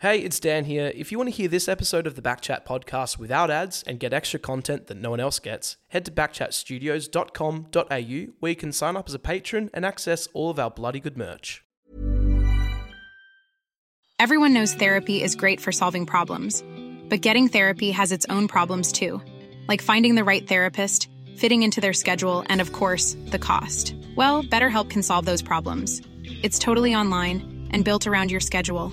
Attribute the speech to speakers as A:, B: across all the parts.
A: Hey, it's Dan here. If you want to hear this episode of the Backchat podcast without ads and get extra content that no one else gets, head to backchatstudios.com.au where you can sign up as a patron and access all of our bloody good merch.
B: Everyone knows therapy is great for solving problems, but getting therapy has its own problems too, like finding the right therapist, fitting into their schedule, and of course, the cost. Well, BetterHelp can solve those problems. It's totally online and built around your schedule.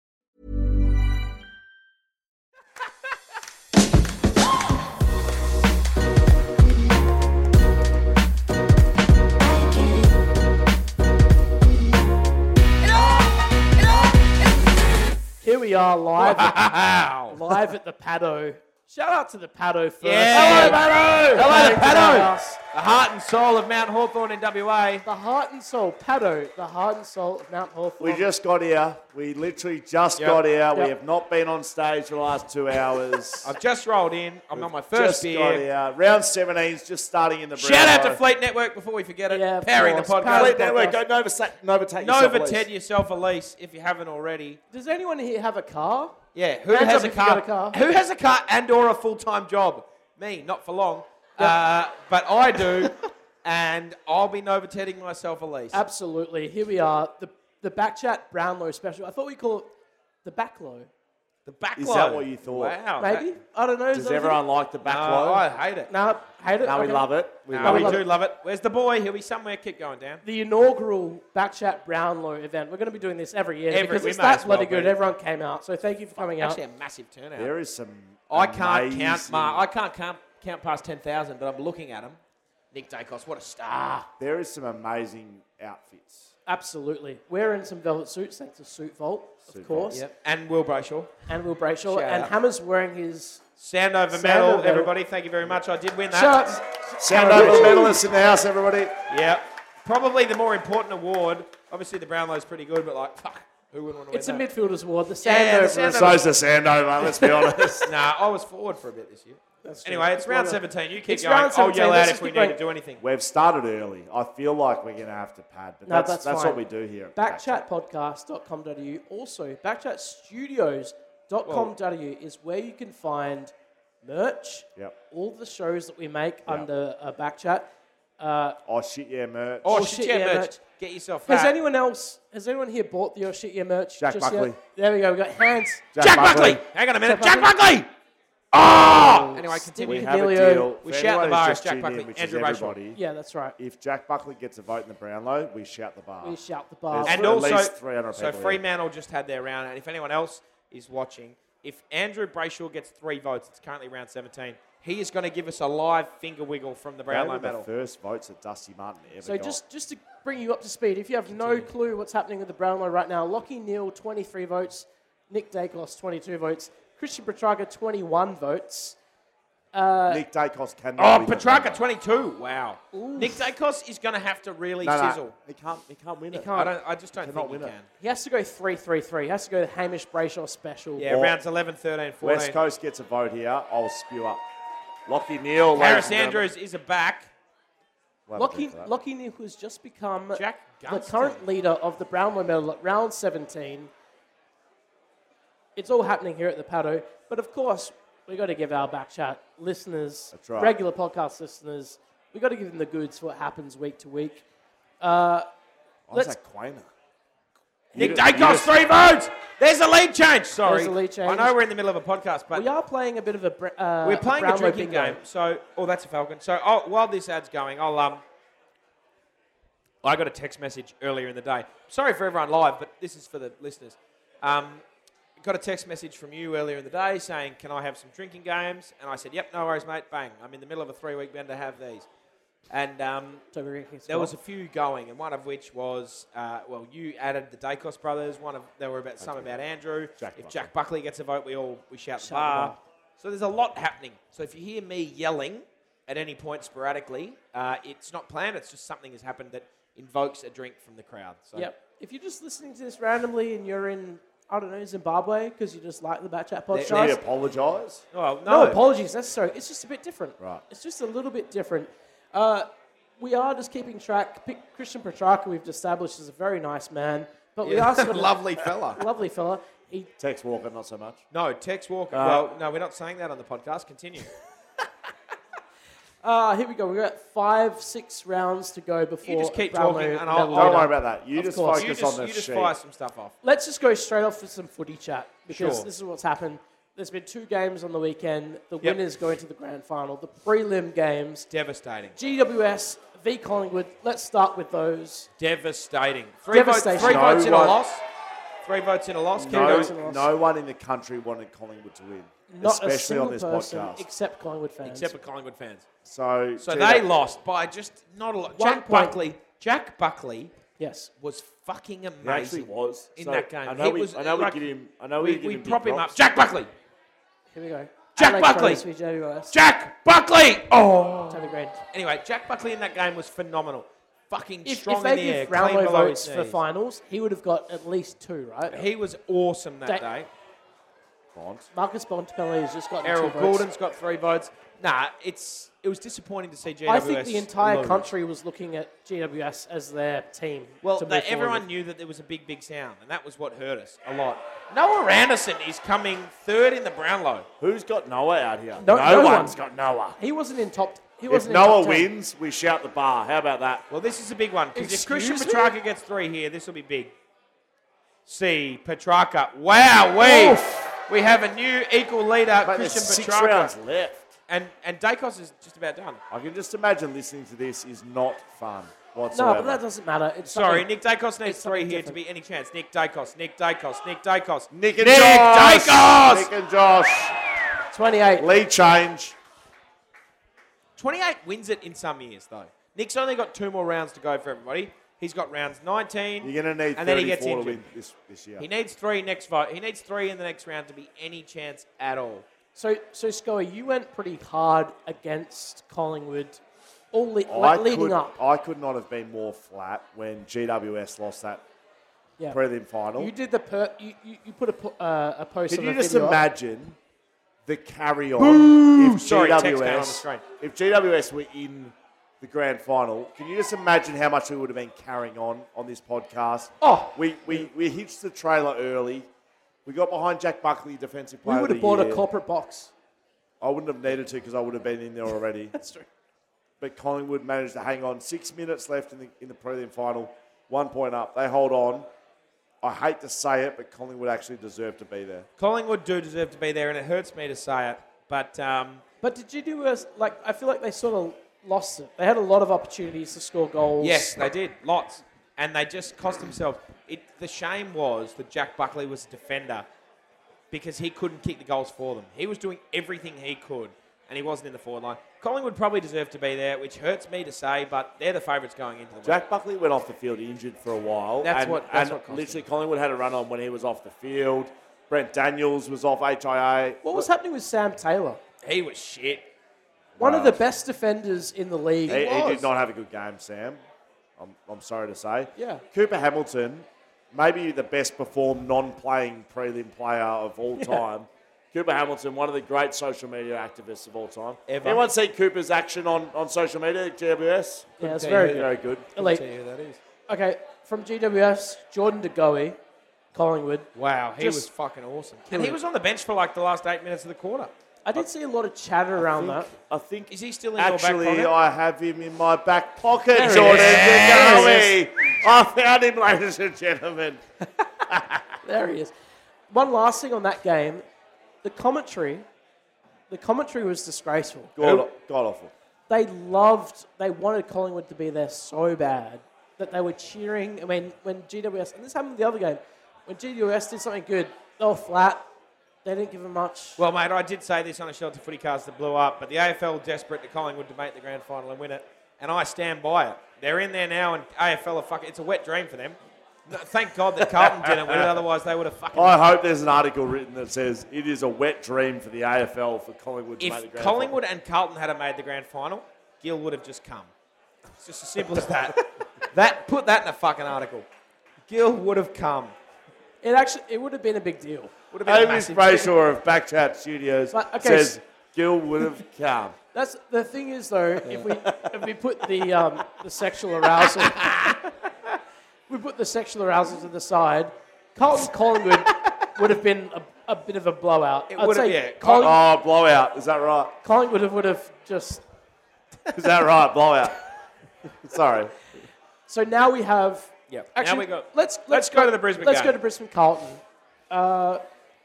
C: Here we are live, live at the Pado. Shout out to the Pado first.
D: Yeah.
C: Hello, Pado.
D: Hello, the Paddo.
C: Us.
D: The heart and soul of Mount Hawthorn in WA.
C: The heart and soul, Pado. The heart and soul of Mount Hawthorne.
E: We just got here. We literally just
D: Yep.
E: got here. We
C: Yep. Uh,
E: have not been on stage for the last two hours.
D: I've just rolled in. I'm on my
E: just
D: first
E: got
D: beer.
E: here. Round 17's just starting in the
D: Shout out to
E: Brownlow.
D: Fleet Network before we forget it.
C: Yeah, of
D: Powering the
C: course.
D: podcast.
C: Powering
E: Fleet
C: the
E: Network. Go Novasa- Novatate yourself,
D: Nova
E: please.
D: Ted yourself a lease if you haven't already.
C: Does anyone here have a car?
D: Yeah, who
C: Hands up
D: has a
C: if you got
D: car?
C: a car.
D: Who has a car and or a full time job? Me, not for long. Uh, but I do, and I'll be Nova Tedding myself a lease.
C: Absolutely. Here we are. The the Backchat Brownlow special. I thought we call it the Backlow.
D: the back
E: Is
D: low.
E: that what you thought?
D: Wow.
C: Maybe.
D: that-
C: I don't know.
E: Does everyone like the back
D: No,
E: low?
D: I hate it.
C: No, hate it.
E: No, we
C: Okay.
E: love it. We
D: No,
E: love
D: we
E: it.
C: love
D: do
C: it.
D: love it. Where's the boy? He'll be somewhere. Keep going down.
C: The inaugural Backchat Brownlow event. We're going to be doing this every year
D: Every-
C: because
D: we
C: it's
D: may
C: that
D: as well
C: bloody good.
D: be.
C: Everyone came out, so thank you for coming out.
D: Actually, a massive turnout.
E: There is some.
D: I can't count.
E: amazing-
D: Ma- I can't count, count past ten thousand, but I'm looking at him. Nick Dacos, what a star!
E: There is some amazing outfits.
C: Absolutely. We're in some velvet suits, thanks to Suit Vault, of course.
D: And Will Brayshaw,
C: And Will Brayshaw.
D: Shout
C: and
D: out.
C: Hammer's wearing his.
D: sound over
C: Sound
D: medal,
C: over medal.
D: everybody. Thank you very much. I did win that.
C: Shout out-
E: Sound
C: Harry
E: over
C: Richards.
E: medalists in the house, everybody.
D: Yep. Probably the more important award. Obviously, the Brownlow's pretty good, but like, fuck, who wouldn't want to
C: It's a
D: win that?
C: midfielder's award. The
D: Yeah, the
C: Sandover.
D: Sandover.
E: So's the Sandover, let's be honest.
D: Nah, I was forward for a bit this year.
C: true.
D: anyway, it's
C: It's
D: round
C: one of-
D: seventeen. You keep
C: It's
D: going.
C: round
D: I'll
C: 17.
D: yell out
C: Let's
D: if
C: just
D: we
C: keep
D: need
C: going.
D: to do anything.
E: We've started early. I feel like we're going to have to pad, but
C: No,
E: that's,
C: that's
E: that's,
C: fine.
E: what we do here. at Backchat.
C: Backchatpodcast.com.au. Also, backchatstudios.com.au is where you can find merch,
E: Yep.
C: all the shows that we make under uh, Backchat.
E: Oh, shit, yeah, merch.
D: Oh,
C: Oh,
D: shit,
C: shit,
D: yeah,
C: yeah,
D: merch.
C: merch.
D: Get yourself.
C: Has
D: that.
C: anyone else, has anyone here bought the Oh Shit Yeah merch?
E: Jack
C: just
E: Buckley.
C: Yet? There we go. We got hands.
E: Jack,
D: Jack Buckley. Hang on a minute. Jack Buckley. Oh. Anyway,
E: We
C: Stevie
D: continue.
E: have a
C: Adelio.
E: deal.
D: We
E: For
D: shout the
E: anyone who's
D: bar,
E: just
D: Jack
E: tuned in,
D: Buckley,
E: which
D: Andrew
E: is
D: Brayshaw.
E: everybody.
C: Yeah, that's right.
E: If Jack Buckley gets a vote in the Brownlow, we shout the bar.
C: We shout the bar.
E: There's
D: And
E: at
D: also,
E: least 300
D: so
E: people here.
D: Fremantle just had their round, and if anyone else is watching, if Andrew Brayshaw gets three votes, it's currently round 17. He is going to give us a live finger wiggle from the
E: They were
D: Brownlow
E: the
D: medal.
E: first votes that Dusty Martin ever
C: So
E: got.
C: just just to bring you up to speed, if you have no clue what's happening with the Brownlow right now, Lockie Neal, 23 votes. Nick Dacos, 22 votes. Christian Petrarca, 21 votes.
E: Nick Dacos cannot.
D: uh, Oh,
E: win the
D: Petrarca
E: Brownlow.
D: 22. Wow. Nick Dacos is going to have to really
E: No, no,
D: sizzle.
E: He can't. He can't win it.
C: can't.
D: I, don't, I just don't
E: Cannot
D: think he
E: win it.
D: can.
C: He has to go 3 3 3. He has to go the Hamish Brayshaw special.
D: Yeah,
E: Or-
D: rounds 11, 13, 14.
E: West Coast gets a vote here. I'll spew up. Lockie Neal. ladies
D: Harris
E: and gentlemen.
D: Andrews is a back.
E: We'll have a
C: Lockie,
E: drink for that.
C: Lockie Neal, who has just become
D: Jack
C: the
D: Gunston.
C: current leader of the Brownlow medal at round 17. It's all happening here at the Paddo. But of course, we got to give our back chat listeners,
E: That's right.
C: regular podcast listeners, we got to give them the goods for what happens week to week. Uh, let's-
E: Isaac Quainer.
D: Nick
E: didn't- you
D: Dacos,
E: just-
D: three votes. There's a lead change. Sorry.
C: There's a lead
D: I
C: change.
D: know we're in the middle of a podcast, but
C: We are playing a bit of a. br- Uh,
D: We're playing a
C: Brownlow
D: drinking
C: bingo.
D: game. So, oh, that's a falcon. So, oh, while this ad's going, I'll um. I got a text message earlier in the day. Sorry for everyone live, but this is for the listeners. Um, got a text message from you earlier in the day saying, "Can I have some drinking games?" And I said, "Yep, no worries, mate. Bang! I'm in the middle of a three-week bend to have these." And um,
C: So we're against
D: there
C: Scott.
D: was a few going, and one of which was, uh, well, you added the Dacos brothers. One of there were about some about Andrew.
E: Jack
D: if
E: Buckley.
D: Jack Buckley gets a vote, we all we shout
C: Shout
D: the bar.
C: the bar.
D: So there's a lot happening. So if you hear me yelling at any point sporadically, uh, it's not planned. It's just something has happened that invokes a drink from the crowd. So
C: Yep. If you're just listening to this randomly and you're in, I don't know, Zimbabwe because you just like the Batchat
E: Need to
C: podcast,
E: apologise.
D: Oh, Well,
C: no
D: no,
C: apologies necessary. It's just a bit different.
E: Right.
C: It's just a little bit different. Uh, we are just keeping track. P- Christian Petrarca, we've established, is a very nice man, but we are sort of
D: lovely fella.
C: lovely fella. He
E: Tex Walker, not so much.
D: No, Tex Walker. well, no, we're not saying that on the podcast. Continue.
C: Uh, here we go. We've got five, six rounds to go before.
D: just keep
C: Brownlow
D: talking and I'll-
C: medal
D: I'll-
E: Don't
C: winner.
E: worry about that. You
C: Of
E: just
C: course.
E: focus
D: you just,
E: on
D: you
E: this
D: just
E: sheet.
D: fire some stuff off.
C: Let's just go straight off for some footy chat because
D: Sure.
C: this is what's happened. There's been two games on the weekend. The
D: Yep.
C: winners going to the grand final. The prelim games.
D: Devastating.
C: GWS v Collingwood. Let's start with those.
D: Devastating. Three, votes, three
C: Devastation. No
D: votes in a
E: one-
D: loss. Three votes in a loss. Keep
C: No.
D: going.
C: Votes and
E: No,
C: loss.
E: no one in the country wanted Collingwood to win,
C: Not a
E: especially
C: single
E: on this
C: person
E: podcast.
C: except Collingwood fans.
D: Except for Collingwood fans.
E: so,
D: So
E: gee,
D: they
E: that-
D: lost by just not a lot.
C: One
D: Jack
C: point.
D: Buckley. Jack Buckley
C: yes.
D: was fucking amazing.
E: He actually was
D: in
E: So,
D: that game.
E: I know,
D: He
E: we,
D: was
E: I know
D: like-
E: we give him. I know
D: We,
E: give
D: we
E: him big
D: prop him
E: props.
D: up. Jack Buckley.
C: Here we go.
D: Jack
C: Adelaide
D: Buckley.
C: Crows v GWS.
D: Jack Buckley. Oh.
C: Have a great-
D: Anyway, Jack Buckley in that game was phenomenal. Fucking
C: If,
D: strong
C: if they
D: in the air.
C: give
D: clean
C: Brownlow
D: below
C: votes
D: his
C: for
D: knees.
C: finals, he would have got at least two, right?
D: He was awesome that
C: Da-
D: day.
E: Bond.
C: Marcus Bontempelli has just gotten
D: Errol
C: two votes.
D: Gordon's got three votes. Nah, it's it was disappointing to see GWS.
C: I think the entire
D: lose.
C: country was looking at GWS as their team.
D: Well,
C: to move
D: they,
C: forward
D: everyone
C: with.
D: knew that there was a big, big sound, and that was what hurt us a lot. Noah Anderson is coming third in the Brownlow.
E: Who's got Noah out here?
C: No- no one.
E: one's got Noah.
C: He wasn't in top. He
E: If
C: wasn't in
E: Noah
C: top 10.
E: wins, we shout the bar. How about that?
D: Well, this is a big one because if Christian
C: Excuse me?
D: Petrarca gets three here, this will be big. See Petrarca. Wow, we we have a new equal leader,
E: Mate, there's
D: Christian
E: six
D: Petrarca,
E: rounds left.
D: and and Dacos is just about done.
E: I can just imagine listening to this is not fun
C: No,
E: whatsoever.
C: but that doesn't matter. It's
D: Sorry,
C: something-
D: Nick Dacos needs
C: it's
D: three
C: something
D: here to
C: different.
D: be any chance. Nick Dacos, Nick Dacos, Nick Dacos,
E: Nick and
D: Nick
E: Josh.
D: Dacos!
E: Nick and Josh.
C: 28.
E: Lee change.
D: 28 wins it in some years, though. Nick's only got two more rounds to go for everybody. He's got rounds 19.
E: You're going to need 34
D: and then he gets
E: to
D: injured.
E: win this, this year.
D: He needs three next vote. He needs three in the next round to be any chance at all.
C: So, so Scoey, you went pretty hard against Collingwood, all le-
E: I
C: like leading
E: could,
C: up.
E: I could not have been more flat when GWS lost that
C: Yeah.
E: prelim final.
C: You did the per- you, you, you put a, po- uh, a post
E: Can
C: on
E: Oh. you
C: the
E: just
C: video.
E: imagine the carry on if
D: Sorry, text came on the
E: GWS
D: screen.
E: if GWS were in the grand final? Can you just imagine how much we would have been carrying on on this podcast?
C: Oh.
E: we we, we hitched the trailer early. We got behind Jack Buckley, defensive player.
C: we would
E: of
C: have
E: the
C: bought a
E: year.
C: corporate box.
E: I wouldn't have needed to because I would have been in there already.
C: That's true.
E: but Collingwood managed to hang on. Six minutes left in the in the prelim final, one point up. They hold on. I hate to say it, but Collingwood actually deserved to be there.
D: Collingwood do deserve to be there, and it hurts me to say it, but um,
C: But did you do a like? I feel like they sort of lost it. They had a lot of opportunities to score goals.
D: yes, they did lots, and they just cost themselves. It, the shame was that Jack Buckley was a defender because he couldn't kick the goals for them. He was doing everything he could, and he wasn't in the forward line. Collingwood probably deserved to be there, which hurts me to say, but they're the favourites going into the week.
E: Jack Buckley went off the field injured for a while.
D: That's
E: and,
D: what- that's
E: and
D: what cost
E: literally Collingwood had a run on when he was off the field. Brent Daniels was off HIA.
C: What was happening with Sam Taylor?
D: He was shit.
C: One
E: Uh,
C: of the best defenders in the league.
E: He, he
D: was.
E: did not have a good game, Sam. I'm, I'm sorry to say.
C: Yeah.
E: Cooper Hamilton, maybe the best performed non-playing prelim player of all time. Cooper Hamilton, one of the great social media activists of all time.
D: Ever.
E: Anyone see Cooper's action on, on social media, GWS?
C: yeah, it's
D: tell
C: very
D: you.
C: good.
E: Very good.
C: Elite.
D: Tell you who that is.
C: Okay, from GWS, Jordan DeGoey, Collingwood.
D: Wow, he
C: Just-
D: was fucking awesome. And he was on the bench for like the last eight minutes of the quarter.
C: I did see a lot of chatter around
E: I
C: that.
E: think, I think
D: Is he still in
E: actually
D: your back pocket?
E: I have him in my back pocket,
D: There he
E: Jordan
D: is.
E: Degowie. I found him, ladies and gentlemen.
C: There he is. One last thing on that game, the commentary, the commentary was disgraceful.
E: God, God awful.
C: They loved, they wanted Collingwood to be there so bad that they were cheering. I mean, when GWS, and this happened with the other game, when GWS did something good, They were flat. They didn't give him much.
D: Well, mate, I did say this on a shelter footy cards that blew up, but the AFL desperate to Collingwood to make the grand final and win it, and I stand by it. They're in there now, and AFL are fucking. It's a wet dream for them. No, thank God that Carlton didn't win it, otherwise they would have fucking.
E: I hope there's an article written that says it is a wet dream for the AFL for Collingwood to make the
D: if
E: grand
D: Collingwood and Carlton had have made the grand final, Gill would have just come. It's just as simple as that. that put that in a fucking article. Gill would have come.
C: It actually it would have been a big deal.
D: Would have been a
E: final. Amos
D: massive
E: Brayshaw of Backchat Studios
C: But, okay,
E: says
C: s-
E: Gil would have come.
C: That's the thing is though, if we if we put the um, the sexual arousal, we put the sexual arousal to the side. Carlton Collingwood would have been a, a bit of a blowout.
D: It
C: I'd
D: would have-
C: say
D: yeah,
C: Colling-
E: Oh, blowout. Is that right?
C: Collingwood would have just.
E: Is that right? Blowout. Sorry.
C: So now we have.
D: Yep.
C: Actually,
D: Now we go-
C: Let's, let's
D: let's go to the Brisbane
C: Let's
D: game.
C: go to Brisbane Carlton. Uh,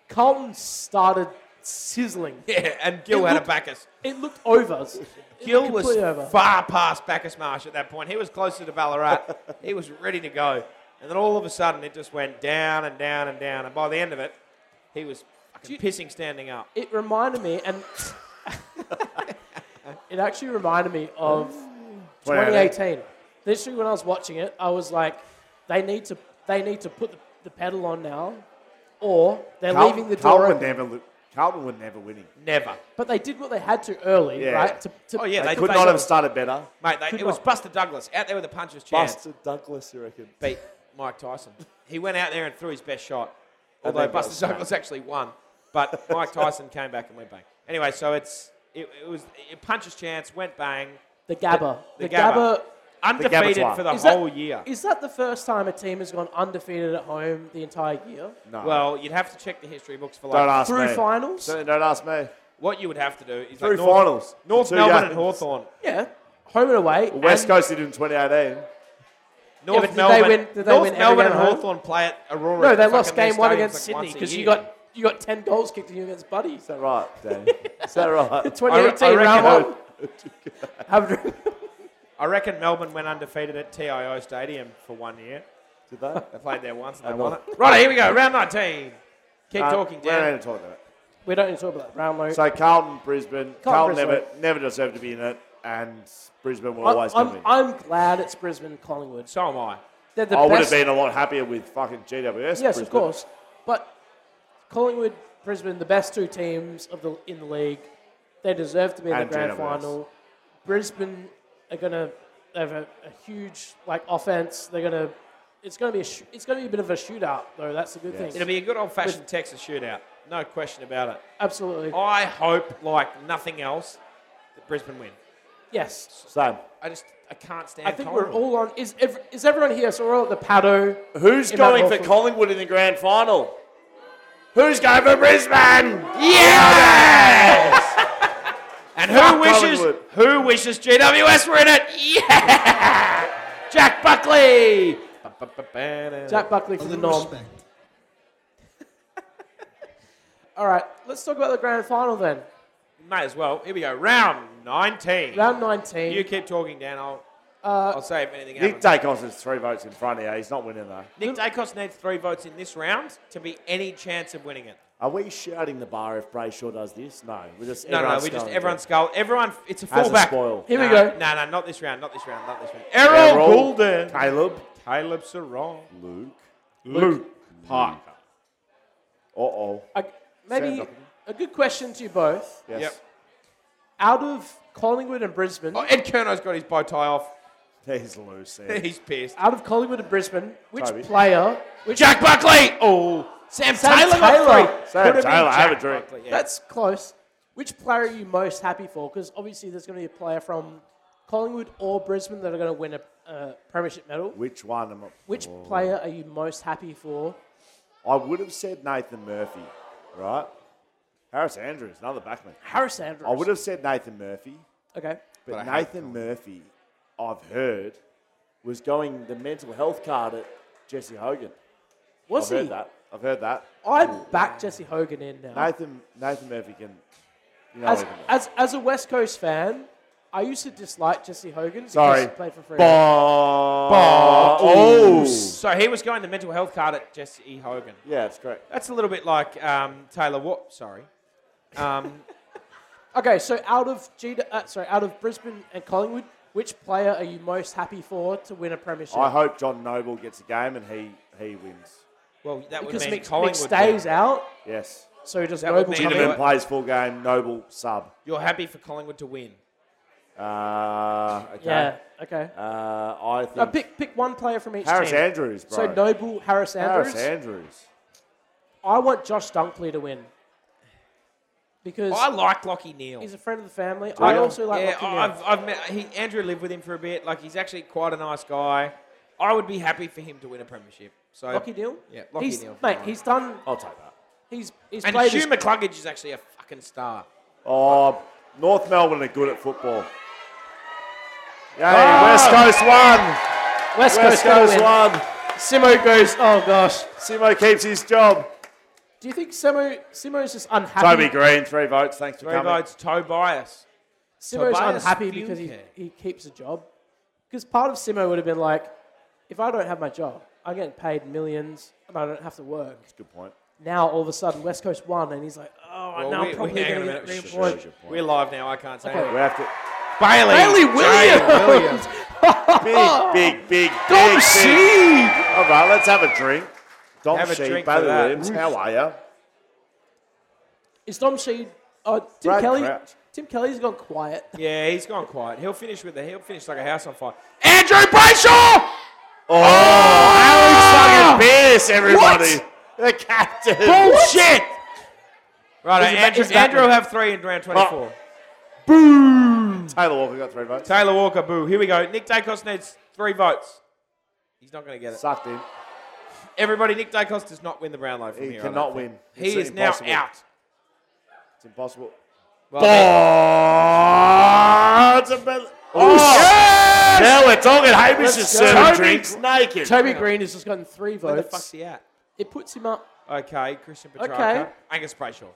C: Carlton started sizzling.
D: Yeah, and Gill
C: It
D: had
C: looked-
D: a Bacchus.
C: It looked over.
D: Gill
C: It
D: was
C: completely over.
D: far past Bacchus Marsh at that point. He was closer to Ballarat. he was ready to go. And then all of a sudden, it just went down and down and down. And by the end of it, he was fucking pissing standing up.
C: it reminded me, and it actually reminded me of 2018. Literally, when I was watching it, I was like, they need to, they need to put the, the pedal on now, or they're
E: Carlton,
C: leaving the door
E: Carlton,
C: open.
E: would never, lo- Carlton were never winning.
D: Never.
C: But they did what they had to early,
E: Yeah.
C: right? To, to,
D: Oh, yeah,
E: They
D: they
E: could
D: they-
E: not have started better.
D: Mate, they,
C: Could
D: it was
C: not.
D: Buster Douglas out there with a puncher's chance.
E: Buster Douglas, you reckon?
D: beat Mike Tyson. He went out there and threw his best shot.
E: And
D: Although
E: then goes
D: Buster
E: back.
D: Douglas actually won, but Mike Tyson came back and went bang. Anyway, so it's it, it was it punches chance went bang.
C: the Gabba, the,
D: The, Gabba,
C: Gabba.
D: undefeated
E: won.
D: for the
C: Is that-
D: whole year.
C: Is that the first time a team has gone undefeated at home the entire year?
E: No.
D: Well, you'd have to check the history books for like
E: don't ask
C: Through
E: me.
C: finals?
E: Certainly don't ask me.
D: what you would have to do is
E: Through
D: like North,
E: finals.
D: North
E: Two
D: Melbourne
E: games.
D: and Hawthorn.
C: Yeah. Home and away.
E: West
C: and-
E: Coast did it in 2018.
D: North
C: but did they
D: Melbourne.
C: win- did they
D: North
C: win every
D: Melbourne
C: game
D: and
C: at home?
D: Hawthorn play at Aurora.
C: No,
D: at
C: they
D: fucking
C: lost
D: their
C: game one
D: stadiums
C: against
D: like once
C: Sydney
D: a
C: because you
D: year.
C: got you got ten goals kicked in you against Buddy.
E: Is that right, Danny? Is that right?
C: 2018 round
D: reckon-
C: one. Have a drink.
D: I reckon Melbourne went undefeated at TIO Stadium for one year.
E: Did they?
D: They played there once and they
E: I
D: won it.
E: know.
D: Right, here we go. Round 19. Keep
E: Uh,
D: talking,
E: we don't
D: Dan.
E: need to talk about it.
C: We don't need to talk about that. Brownlow.
E: So Carlton, Brisbane. Carlton,
C: Brisbane.
E: never never deserved to be in it, and Brisbane were
C: I,
E: always going to
C: I'm,
E: be.
C: I'm glad it's Brisbane Collingwood.
D: So am I.
C: They're the
E: I would have
C: best.
E: been a lot happier with fucking
C: yes,
E: GWS.
C: of
E: Brisbane.
C: course. But Collingwood, Brisbane, the best two teams of the in the league. They deserve to be in the
E: And
C: grand
E: GWS.
C: final. Brisbane are gonna they have a, a huge like offense. They're gonna. It's gonna be a sh- it's gonna be a bit of a shootout though. That's the good
E: Yes.
C: thing.
D: It'll be a good old fashioned Texas shootout. No question about it.
C: Absolutely.
D: I hope, like nothing else, that Brisbane win.
C: Yes.
E: Same.
D: I just I can't stand
C: I think we're
D: Collingwood.
C: all on. Is ev- is everyone here? So we're all at the paddo.
E: Who's
C: In that
E: going for
C: awful-
E: Collingwood in the grand final? Who's going for Brisbane?
D: Yes! and who
E: Fuck
D: wishes
E: Collingwood.
D: who wishes GWS were in it? Yeah! Jack Buckley!
C: Jack Buckley for the norm. all right, let's talk about the grand final then.
D: May as well. Here we go. Round 19.
C: Round 19.
D: You keep talking, Dan. I'll, I'll say if anything
E: Uh, Nick
D: happens.
E: Dacos is three votes in front here. He's not winning though.
D: Nick Dacos needs three votes in this round to be any chance of winning it.
E: Are we shouting the bar if Brayshaw does this? No, we just
D: No, no, no,
E: everyone's
D: we just
E: going.
D: everyone skull. Everyone, it's a
E: As a
D: fullback.
E: spoil.
C: Here we
D: No,
C: go.
D: No, no, not this round. Not this round. Not this round.
E: Errol,
D: Errol Goulden,
E: Caleb,
D: Caleb Sarong,
E: Luke,
D: Luke Parker.
E: Uh oh.
C: I-
E: Sam
C: maybe
E: Buckley.
C: a good question to you both.
E: Yes.
D: Yep.
C: Out of Collingwood and Brisbane,
D: Oh, Ed Kerno's got his bow tie off.
E: He's loose. Ed.
D: He's pissed.
C: out of Collingwood and Brisbane, which
E: Toby.
C: player? Which
D: Jack Buckley. Oh, Sam,
C: Sam
D: Taylor.
C: Taylor.
D: Got three.
E: Sam
D: Could been
E: Taylor, have
D: Jack
E: a drink.
D: Buckley, yeah.
C: That's close. Which player are you most happy for? Because obviously there's going to be a player from Collingwood or Brisbane that are going to win a, a premiership medal.
E: Which one am I?
C: Which
E: Oh.
C: player are you most happy for?
E: I would have said Nathan Murphy, right? Harris Andrews, another backman.
C: Harris Andrews.
E: I would have said Nathan Murphy,
C: Okay.
E: but, Nathan Murphy, I've heard, was going the mental health card at Jesse Hogan.
C: Was he?
E: I've
C: Oh.
E: heard that. I've heard that.
C: I back Jesse Hogan in now.
E: Nathan Nathan Murphy can. You know
C: As,
E: what I mean.
C: as, as a West Coast fan, I used to dislike Jesse Hogan because
E: Sorry.
C: he played for free.
E: Bah. Oh.
D: So he was going the mental health card at Jesse E. Hogan.
E: Yeah, it's great.
D: That's a little bit like um, Taylor Watt. Sorry. Um,
C: Okay, so out of G- uh, sorry, out of Brisbane and Collingwood, which player are you most happy for to win a premiership?
E: I hope John Noble gets a game and he, he wins.
D: well, that would
C: because
D: mean
C: Mick, Mick
D: Collingwood.
C: stays
D: then.
C: out,
E: Yes.
C: so does
D: That would
C: Noble
D: mean
C: come
D: that
C: in?
E: Ginnivan plays full game, Noble sub.
D: You're happy for Collingwood to win.
E: Uh, okay.
C: Yeah. Okay.
E: Uh, I think
C: No, pick pick one player from each
E: Harris
C: team.
E: Andrews, bro.
C: So Noble, Harris Andrews.
E: Harris Andrews.
C: I want Josh Dunkley to win because
D: I like Lockie Neal.
C: he's a friend of the family. I
E: you?
C: also like
D: yeah,
C: Lachlan Neal.
D: I've, I've met he, Andrew lived with him for a bit. Like he's actually quite a nice guy. I would be happy for him to win a premiership. So
C: Lockie Neal.
D: Yeah, Lockie
C: he's,
D: Neal for
C: Mate,
D: mine.
C: he's done.
E: I'll take that.
C: He's he's
D: And
C: played.
D: Hugh
C: his-
D: McCluggage is actually a fucking star.
E: Oh, North Melbourne are good at football. Yay, West Coast won.
C: West
E: West
C: Coast, gotta
E: Coast
C: win.
E: won.
C: Simo goes. Oh gosh.
E: Simo keeps his job.
C: Do you think Simo Simo's just unhappy?
E: Toby Green, three votes. Thanks for
D: Three
E: coming.
D: votes, toe bias.
C: Simo's
D: Tobias
C: unhappy because he,
D: Funke.
C: he keeps a job. Because part of Simo would have been like, if I don't have my job, I'm getting paid millions and I don't have to work.
E: Good point.
C: Now all of a sudden West Coast won and he's like, oh, I know
D: Well, we-
C: I'm
D: we-
C: probably
D: hang on
C: going
D: a
C: to
D: minute.
C: get
D: Shh, shh,
C: reemployed.
E: shh.
D: We're live now. I can't say
C: Okay.
D: anything.
E: We have to
D: Bailey.
C: Bailey
D: Jalen Williams.
E: big, big, big, big. big. All right, let's have a drink. Dom
D: Have a
E: Sheep,
D: drink for
E: Bailey
D: that.
E: Williams, how are you?
C: Is Dom Sheed? Oh, Tim
E: Brad
C: Kelly.
E: Crouch.
C: Tim Kelly's gone quiet.
D: yeah, he's gone quiet. He'll finish with the. He'll finish like a house on fire. Andrew Brayshaw.
E: Oh, Alex fucking Pierce, everybody. The captain.
D: Bullshit. Right,
C: He's a-
D: Andrew,
C: he's a
D: Andrew
C: Batman.
D: have three in round twenty-four.
E: Taylor Walker got three votes.
D: Taylor Walker, boo. Here we go. Nick Dacos needs three votes. He's not going to get it.
E: Sucked in.
D: Everybody, Nick Dacos does not win the Brownlow from
E: He
D: here. I don't
E: cannot
D: think.
E: win.
D: He
E: It's
D: is now
E: impossible.
D: out.
E: It's impossible.
D: Well,
E: Oh, it's a bit- Oh, Now we're talking. Hamish is
C: Let's go.
E: serving
D: Toby-
E: drinks naked.
C: Toby Green has just gotten three
D: where the
C: votes.
D: fuck's he at?
C: It puts him up.
D: Okay, Christian Petrarca.
C: Okay.
D: Angus Brayshaw.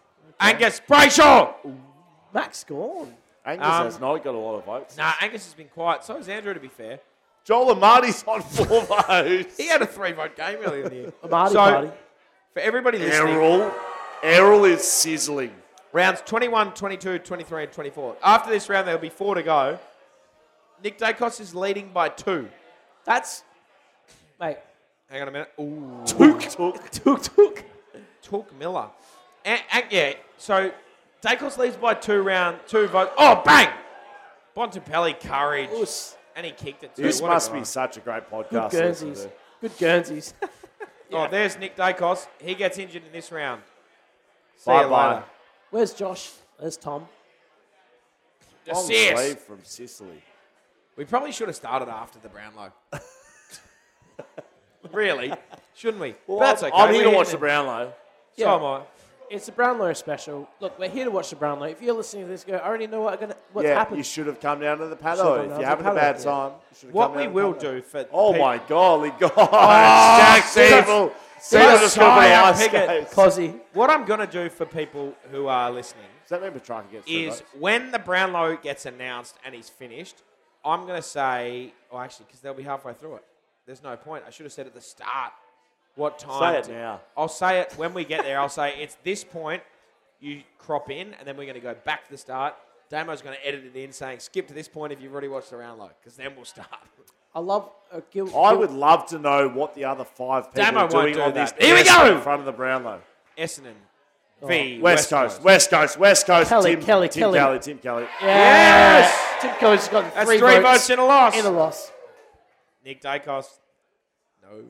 D: Angus Brayshaw!
C: Max Gorn.
E: Angus
D: Um,
E: has not got a lot of votes.
D: Nah, Angus has been quiet. So has Andrew, to be fair.
E: Joel Amati's on four votes.
D: He had a three vote game earlier in the year.
C: Amadi
D: So-
C: party.
D: For everybody listening,
E: Errol. Errol is sizzling.
D: rounds 21, 22, 23, and 24. After this round, there'll be four to go. Nick Dacos is leading by two.
C: That's mate.
D: Hang on a minute. Ooh.
E: Took, took.
C: Took took.
D: Took Miller. And, and yeah, so Dacos leads by two round, two votes. Oh, bang! Bontempelli courage.
C: Oof.
D: And he kicked it too.
E: This
D: What a
E: must
D: guy.
E: be such a great
C: Good
E: podcast. to listen
C: Guernseys.
E: to.
C: Good Guernseys.
D: Oh, there's Nick Dacos. He gets injured in this round. See
E: Bye
D: you
E: bye.
D: later.
C: Where's Josh? There's Tom.
E: Long
D: Assist.
E: sleeve from Sicily.
D: We probably should have started after the Brownlow. really? Shouldn't we? But that's okay.
E: I'm here
D: We're
E: to watch the
D: in
E: Brownlow.
D: it. So
C: Yeah.
D: am I.
C: It's the Brownlow special. Look, we're here to watch the Brownlow. If you're listening to this, go. I already know what I'm gonna, what's
E: yeah,
C: happened.
E: you should have come down to the
C: Should've gone
E: paddock.
C: down
E: If
C: to the
E: you're having a
C: paddock,
E: bad
C: yeah.
E: time, you should've
D: What
E: come
D: we
E: down to
D: will
E: the paddock.
D: do for
E: Oh
D: the
E: my
D: peop-
E: golly god! Jack
D: Steve-
E: Steeple.
D: Steve
E: Steeple just got
D: Sire
E: my ice
D: Pickett.
E: skates.
C: Cozzy.
D: What I'm gonna do for people who are listening
E: Does that mean Petrarca gets three
D: is
E: votes?
D: when the Brownlow gets announced and he's finished, I'm gonna say, oh, actually, because they'll be halfway through it. There's no point. I should have said at the start what time.
E: Say it
D: to-
E: now.
D: I'll say it when we get there. I'll say it's this point. You crop in, and then we're gonna go back to the start. Damo's gonna edit it in, saying skip to this point if you've already watched the Brownlow, because then we'll start.
C: I love a Gil.
E: I
C: Gil-
E: would love to know what the other five people
D: Damo
E: are
D: won't
E: doing
D: do
E: on
D: that.
E: this.
D: Here we
E: desk
D: go.
E: in front of the Brownlow.
D: Essendon v
E: Oh, West, Coast, West Coast, West Coast.
C: Kelly,
E: Tim,
C: Kelly,
E: Tim
C: Kelly.
E: Kelly, Tim Kelly.
C: Yes. Tim Coe's gotten
D: That's
C: three,
D: three, votes in a loss.
C: in a loss.
D: Nick Dacos. No.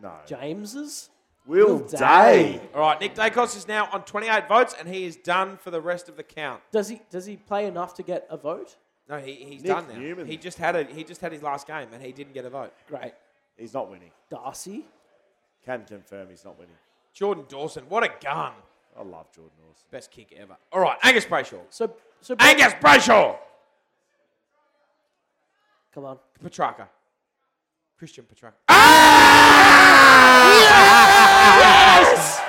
E: No.
C: James's.
E: Will
C: Will
E: Day.
C: Day.
D: All right, Nick Dacos is now on 28 votes, and he is done for the rest of the count.
C: Does he does he play enough to get a vote?
D: No, he, he's
E: Nick
D: done now.
E: Newman.
D: He just had a he just had his last game, and he didn't get a vote.
C: Great.
E: He's not winning.
C: Darcy.
E: Can confirm he's not winning.
D: Jordan Dawson, what a gun!
E: I love Jordan Orson.
D: Best kick ever. All right, Angus Brayshaw.
C: So so
D: Angus Brayshaw.
C: Come on.
D: Petrarca. Christian Petrarca. Ah! Yes!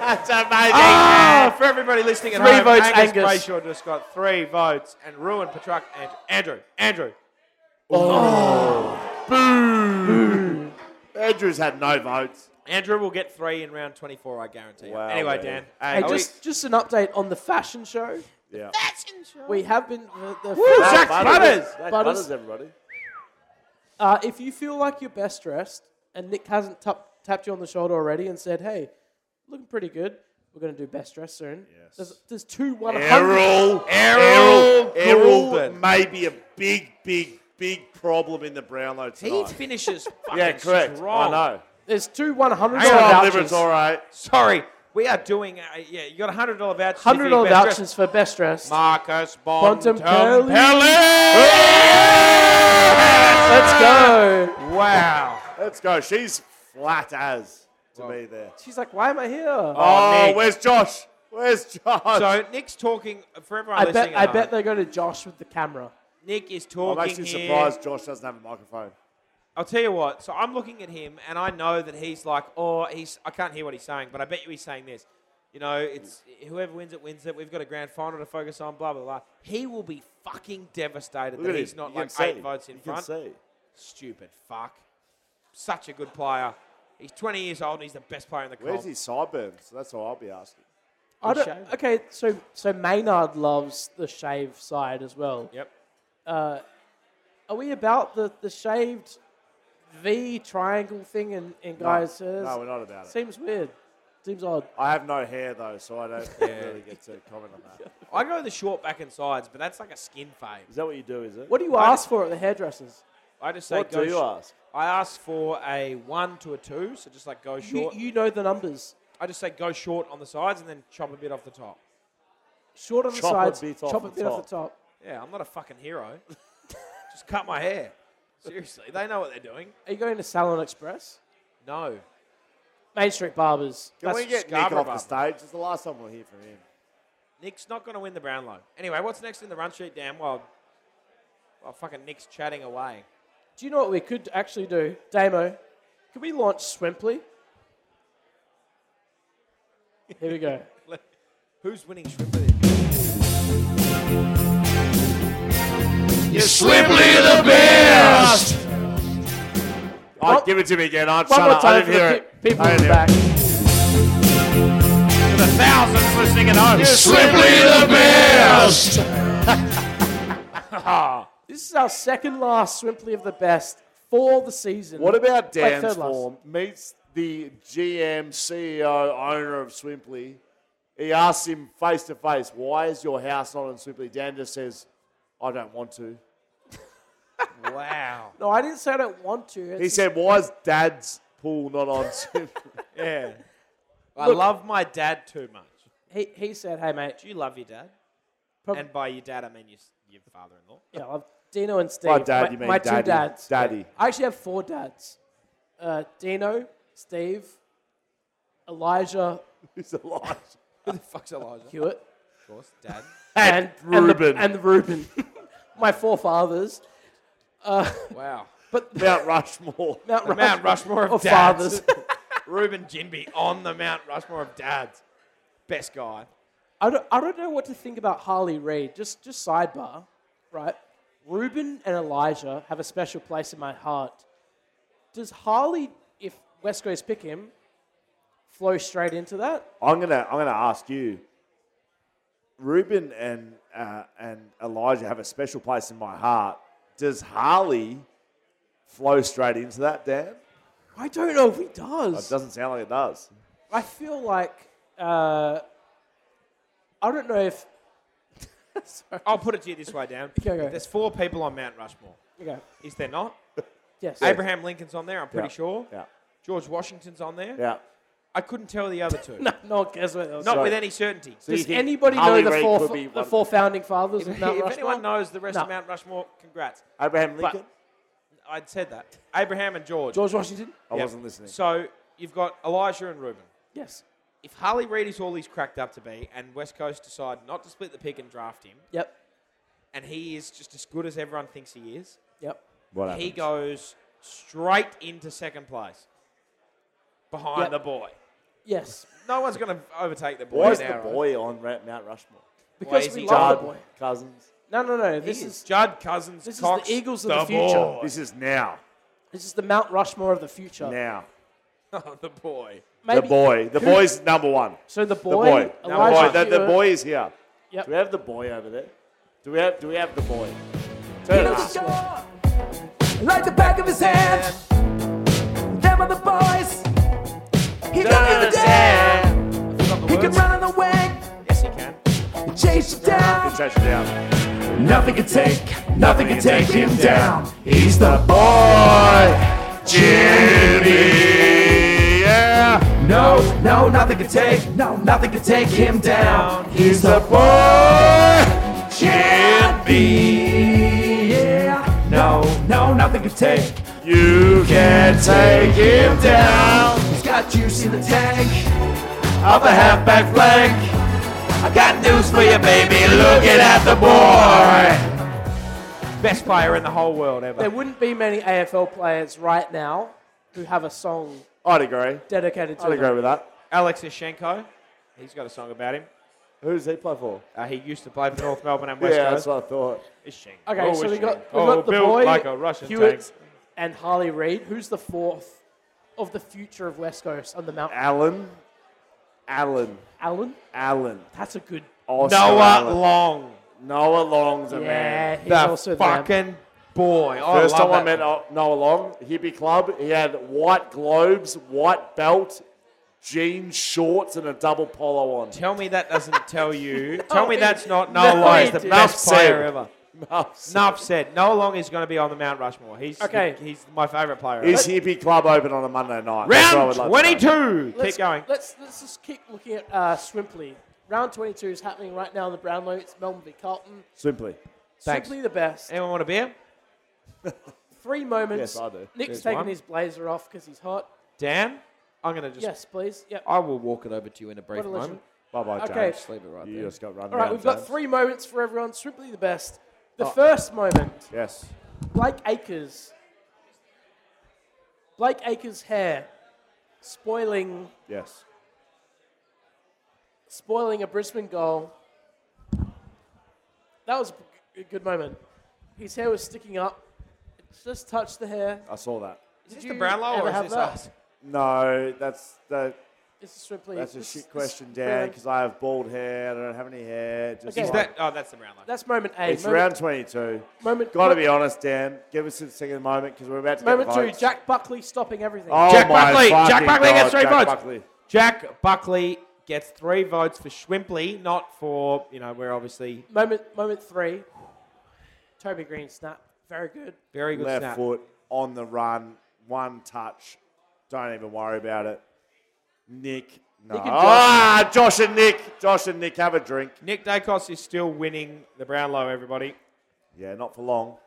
E: That's amazing.
D: Ah, For everybody listening at
C: Three
D: home,
C: votes,
D: Angus,
C: Angus.
D: Brayshaw just got three votes, and Ruin Patruck, Andrew, Andrew, Andrew.
E: Andrew's had no votes.
D: Andrew will get three in round 24, I guarantee. you.
E: Wow,
D: anyway,
E: man.
D: Dan.
C: Hey,
D: are we-
C: just, just an update on the fashion show.
E: Yeah.
C: We have been. The, the
D: Jack Butters!
E: That
C: Butters.
E: butters everybody.
C: Uh, if you feel like you're best dressed and Nick hasn't tup- tapped you on the shoulder already and said, hey, looking pretty good, we're going to do best dressed soon. Yes. There's, there's two 100.
E: Errol,
D: Errol Goulden.
E: may be a big, big, big problem in the Brownlow
D: he
E: tonight.
D: finishes fucking
E: yeah, correct.
D: strong.
E: I know.
C: There's two $100
E: Hang on,
C: vouchers.
E: Liberts, all right.
D: Sorry, we are doing. Uh, yeah, you got a hundred dollar voucher. if you
C: $100
D: bet dress-
C: vouchers for best dressed.
D: Marcus
C: Quantum Kelly.
D: Bontempelli.
C: Let's go.
D: Wow.
E: Let's go. She's flat as to me there.
C: She's like, why am I here?
E: Oh,
D: Nick.
E: where's Josh? Where's Josh?
D: So Nick's talking for everyone
C: I
D: listening.
C: bet,
D: at
C: I bet
D: home,
C: they go to Josh with the camera.
D: Nick is
E: I'm
D: talking.
E: actually
D: here.
E: surprised Josh doesn't have a microphone.
D: I'll tell you what. So I'm looking at him, and I know that he's like, oh, he's. I can't hear what he's saying, but I bet you he's saying this. You know, it's whoever wins it wins it. We've got a grand final to focus on. Blah blah blah. He will be fucking devastated
E: Look
D: that
E: at
D: he's
E: him.
D: not
E: You
D: like
E: can
D: eight
E: see.
D: votes in
E: you
D: front.
E: Can see.
D: Stupid fuck. Such a good player. He's 20 years old and he's the best player in the
E: Where's
D: comp.
E: his sideburns? That's what I'll be asking.
C: I
D: Good
C: don't,
D: shave.
C: okay, so, so Maynard loves the shave side as well.
D: Yep.
C: Are we about the, the shaved V triangle thing in, in Guy's
E: no,
C: hairs?
E: no, we're not about it.
C: Seems weird. Seems odd.
E: I have no hair though, so I don't really get to comment on that.
D: I go the short back and sides, but that's like a skin fade.
E: Is that what you do? Is it?
C: What do you ask for at the hairdressers?
D: I just say
E: What
D: go
E: do you
D: sh-
E: ask?
D: I ask for a one to a two, so just like go
C: You,
D: short.
C: you know the numbers.
D: I just say go short on the sides and then chop a bit off the top.
C: Short on the
E: Chop a
C: sides,
E: bit off
C: chop a
E: the
C: bit off
E: top.
C: the top.
D: Yeah, I'm not a fucking hero. just cut my hair. Seriously, they know what they're doing.
C: Are you going to Salon Express?
D: No.
C: Main Street Barbers.
E: Can
C: That's
E: we get Nick
D: Scarborough
E: off the
D: Barbers.
E: stage? It's the last time we'll hear from him.
D: Nick's not going to win the Brownlow. Anyway, what's next in the run sheet, Dan? Well, well, fucking Nick's chatting away.
C: Do you know what we could actually do, Damo? Could we launch Swimply? Here we go.
D: Who's winning Shrimply?
E: Oh,
C: One-
E: give it to me again. I'd
C: One
E: shut
C: more
E: up.
C: time
E: I
C: for
E: didn't hear
C: the
E: it.
C: pe- people
E: I
C: in the
E: didn't hear
C: back.
E: it. The thousands listening at home.
C: This is our second last Swimply of the Best for the season.
E: What about
C: Wait,
E: Dan's
C: third last.
E: form? Meets the GM, CEO, E owner of Swimply. He asks him face to face, "Why is your house not on Swimply?" Dan just says, "I don't want to."
D: Wow.
C: No, I didn't say I don't want to. It's
E: He said, "Why is Dad's pool not on Swimply?"
D: Yeah. I love my dad too much.
C: he, he said, hey, mate.
D: Do you love your dad?
C: Prob-
D: and by your dad, I mean your, your father-in-law.
C: Yeah, I've Dino and Steve.
E: By dad, you mean
C: my two
E: daddy.
C: dads.
E: Daddy.
C: I actually have four dads. Uh, Dino, Steve, Elijah
E: He's alive.
D: Who the fuck's Elijah? Of
C: Hewitt,
D: course, dad.
C: and,
E: Reuben.
C: and the, and the Reuben. my four fathers.
D: Wow.
C: But
E: Mount Rushmore.
C: Mount, Rush-
D: Mount Rushmore of,
C: of
D: dads.
C: fathers.
D: Reuben Jinby on the Mount Rushmore of dads. Best guy.
C: I don't, I don't know what to think about Harley Reid. Just, just sidebar, right? Reuben and Elijah have a special place in my heart. Does Harley, if West Coast pick him, flow straight into that?
E: I'm gonna I'm gonna ask you. Ruben and uh, and Elijah have a special place in my heart. Does Harley flow straight into that, Dan?
C: I don't know if he
E: It
C: does.
E: doesn't sound like it does.
C: I feel like uh, I don't know if. Sorry.
D: I'll put it to you this way, Dan.
C: Okay, okay.
D: There's four people on Mount Rushmore.
C: Okay.
D: Is there not?
C: Yes.
D: Abraham Lincoln's on there, I'm pretty
E: Yeah.
D: sure.
E: Yeah.
D: George Washington's on there.
E: Yeah.
D: I couldn't tell the other two.
C: No, no one cares about those.
D: Not
E: So-
D: with any certainty.
E: Do you
C: Does
E: think
C: anybody know
E: Harley
C: the
E: Reid
C: four,
E: could be one
C: the
E: of
C: four founding fathers of
D: if
C: Mount
D: if
C: Rushmore?
D: anyone knows the rest
C: No.
D: of Mount Rushmore, congrats.
E: Abraham
D: But-
E: Lincoln?
D: I'd said that. Abraham and George.
C: George Washington?
E: I
D: Yeah.
E: wasn't listening.
D: So you've got Elijah and Ruben.
C: Yes.
D: If Harley Reid is all he's cracked up to be, and West Coast decide not to split the pick and draft him,
C: Yep.
D: and he is just as good as everyone thinks he is,
C: Yep.
E: What
D: he
E: happened?
D: goes straight into second place behind
C: Yep.
D: the boy.
C: Yes,
D: No one's going to overtake the boy
E: Why is
D: now.
E: the
D: right?
E: boy on Ra- Mount Rushmore?
C: because
D: is
C: we
D: he
C: love the
E: Judd
C: boy.
E: Cousins.
C: No, no, no.
D: This
C: This
D: is
C: is
D: Judd Cousins.
C: this is the
D: Cox,
C: Eagles of the future.
D: boy.
E: This is now.
C: this is the Mount Rushmore of the future.
E: Now.
D: Oh, the boy.
C: Maybe-
E: the boy. The
C: who-
E: boy's number one.
C: So the
E: The
C: boy.
E: boy. The boy.
C: Elijah
E: The, the
C: Stewart-
E: boy is here.
C: Yep.
E: Do we have the boy over there? Do we have? Do we have the boy? Turn it up.
F: Like the back of his hand. Them are the boys. He don't, understand. He can run on the wing,
D: Yes, he can.
F: chase you down.
E: Touch it down.
F: Nothing can take, nothing can take him down. He's the boy, Jimmy. Yeah. No, no, nothing can take, no, nothing can take him down. He's the boy, Jimmy. Yeah. No, no, nothing can take. You can take him down. He's got juice in the tank. Off a halfback flank. I got news for you, baby. Looking at the boy.
D: Best player in the whole world ever.
C: There wouldn't be many AFL players right now who have a song
E: I'd agree.
C: dedicated to
E: I'd agree
C: them.
E: with that.
D: Alex Ishenko. He's got a song about him.
E: Who does he play for?
D: Uh, he used to play for North Melbourne and West
E: Yeah, that's
D: Coast.
E: what I thought.
D: Ishenko.
C: Okay, so we got, we
D: oh,
C: got the
D: built
C: boy,
D: like a Russian
C: Hewitt,
D: tank.
C: and Harley Reid. Who's the fourth of the future of West Coast on the Mount?
E: Allen. Allen.
C: Allen.
E: Allen.
C: That's a good.
E: Oscar
D: Noah
E: Allen.
D: Long.
E: Noah Long's a
C: Yeah,
E: man.
C: he's also
D: The
C: there.
D: fucking boy. I
E: First
D: love
E: time I
D: that.
E: met O- Noah Long, hippie club. He had white globes, white belt, jean shorts, and a double polo on.
D: Tell me that doesn't tell you. Tell me
C: he-
D: that's not Noah
C: no,
D: Long
C: he
D: is the
C: didn't.
D: best
E: Enough said.
D: player ever. Enough said. Noah Long is going to be on the Mount Rushmore. He's
C: Okay.
D: he's my favourite player. ever.
E: Is hippie club open on a Monday night? That's what I
D: Round
E: would like to know.
D: 22.
C: Let's-
D: Keep going.
C: Let's let's just keep looking at uh, Swimply. Round 22 is happening right now in the Brownlow. It's Melbourne v Carlton.
E: Simply.
D: Thanks.
C: Swimply the best.
D: Anyone want a beer?
C: Three moments.
E: Yes, I do.
C: Nick's
D: There's
C: taking
D: one.
C: his blazer off because he's hot.
D: Dan? I'm going to just.
C: Yes, please. Yep.
D: I will walk it over to you in a brief
C: What a legend.
D: moment.
E: Bye bye, James.
C: Okay.
D: Just leave it right
E: You
D: there.
E: just got run
C: All right,
E: down,
C: we've got
E: James.
C: three moments for everyone. Simply the best.
E: Oh.
C: The first moment,
E: Yes.
C: Blake Acres. Blake Acres' hair, spoiling,
E: Yes.
C: spoiling a Brisbane goal. That was a good moment. His hair was sticking up. It just touched the hair.
E: I saw that.
D: Is
C: Did
D: this the
C: you
D: Brownlow
C: ever
D: or is
C: have
D: this
C: that?
D: us?
E: No, that's that,
C: This is Ripley.
E: that's a
C: This-
E: shit
C: this-
E: question,
C: this-
E: Dan, because I have bald hair. I don't have any hair. Just
C: Okay.
D: Is
E: like-
D: that? Oh, that's the Brownlow.
C: That's moment A.
E: it's
C: moment,
E: round 22.
C: moment-
E: Got to be honest, Dan. Give us a second moment because we're about to
C: Moment
E: get
C: two,
E: votes.
C: Jack Buckley stopping everything.
E: Oh
D: Jack
E: my
D: Buckley. Jack
E: fucking
D: Buckley
E: God,
D: gets three
E: Jack
D: votes.
E: Buckley.
D: Jack Buckley gets three votes for Schwimply, not for, you know, we're obviously
C: Moment, moment three, Toby Green snap. Very good.
D: very good
E: Left
D: snap.
E: foot on the run, one touch. Don't even worry about it. Nick, no.
C: and Josh.
E: Ah, Josh and Nick. Josh and Nick, have a drink.
D: Nick Dacos is still winning the Brownlow, everybody.
E: Yeah, not for long.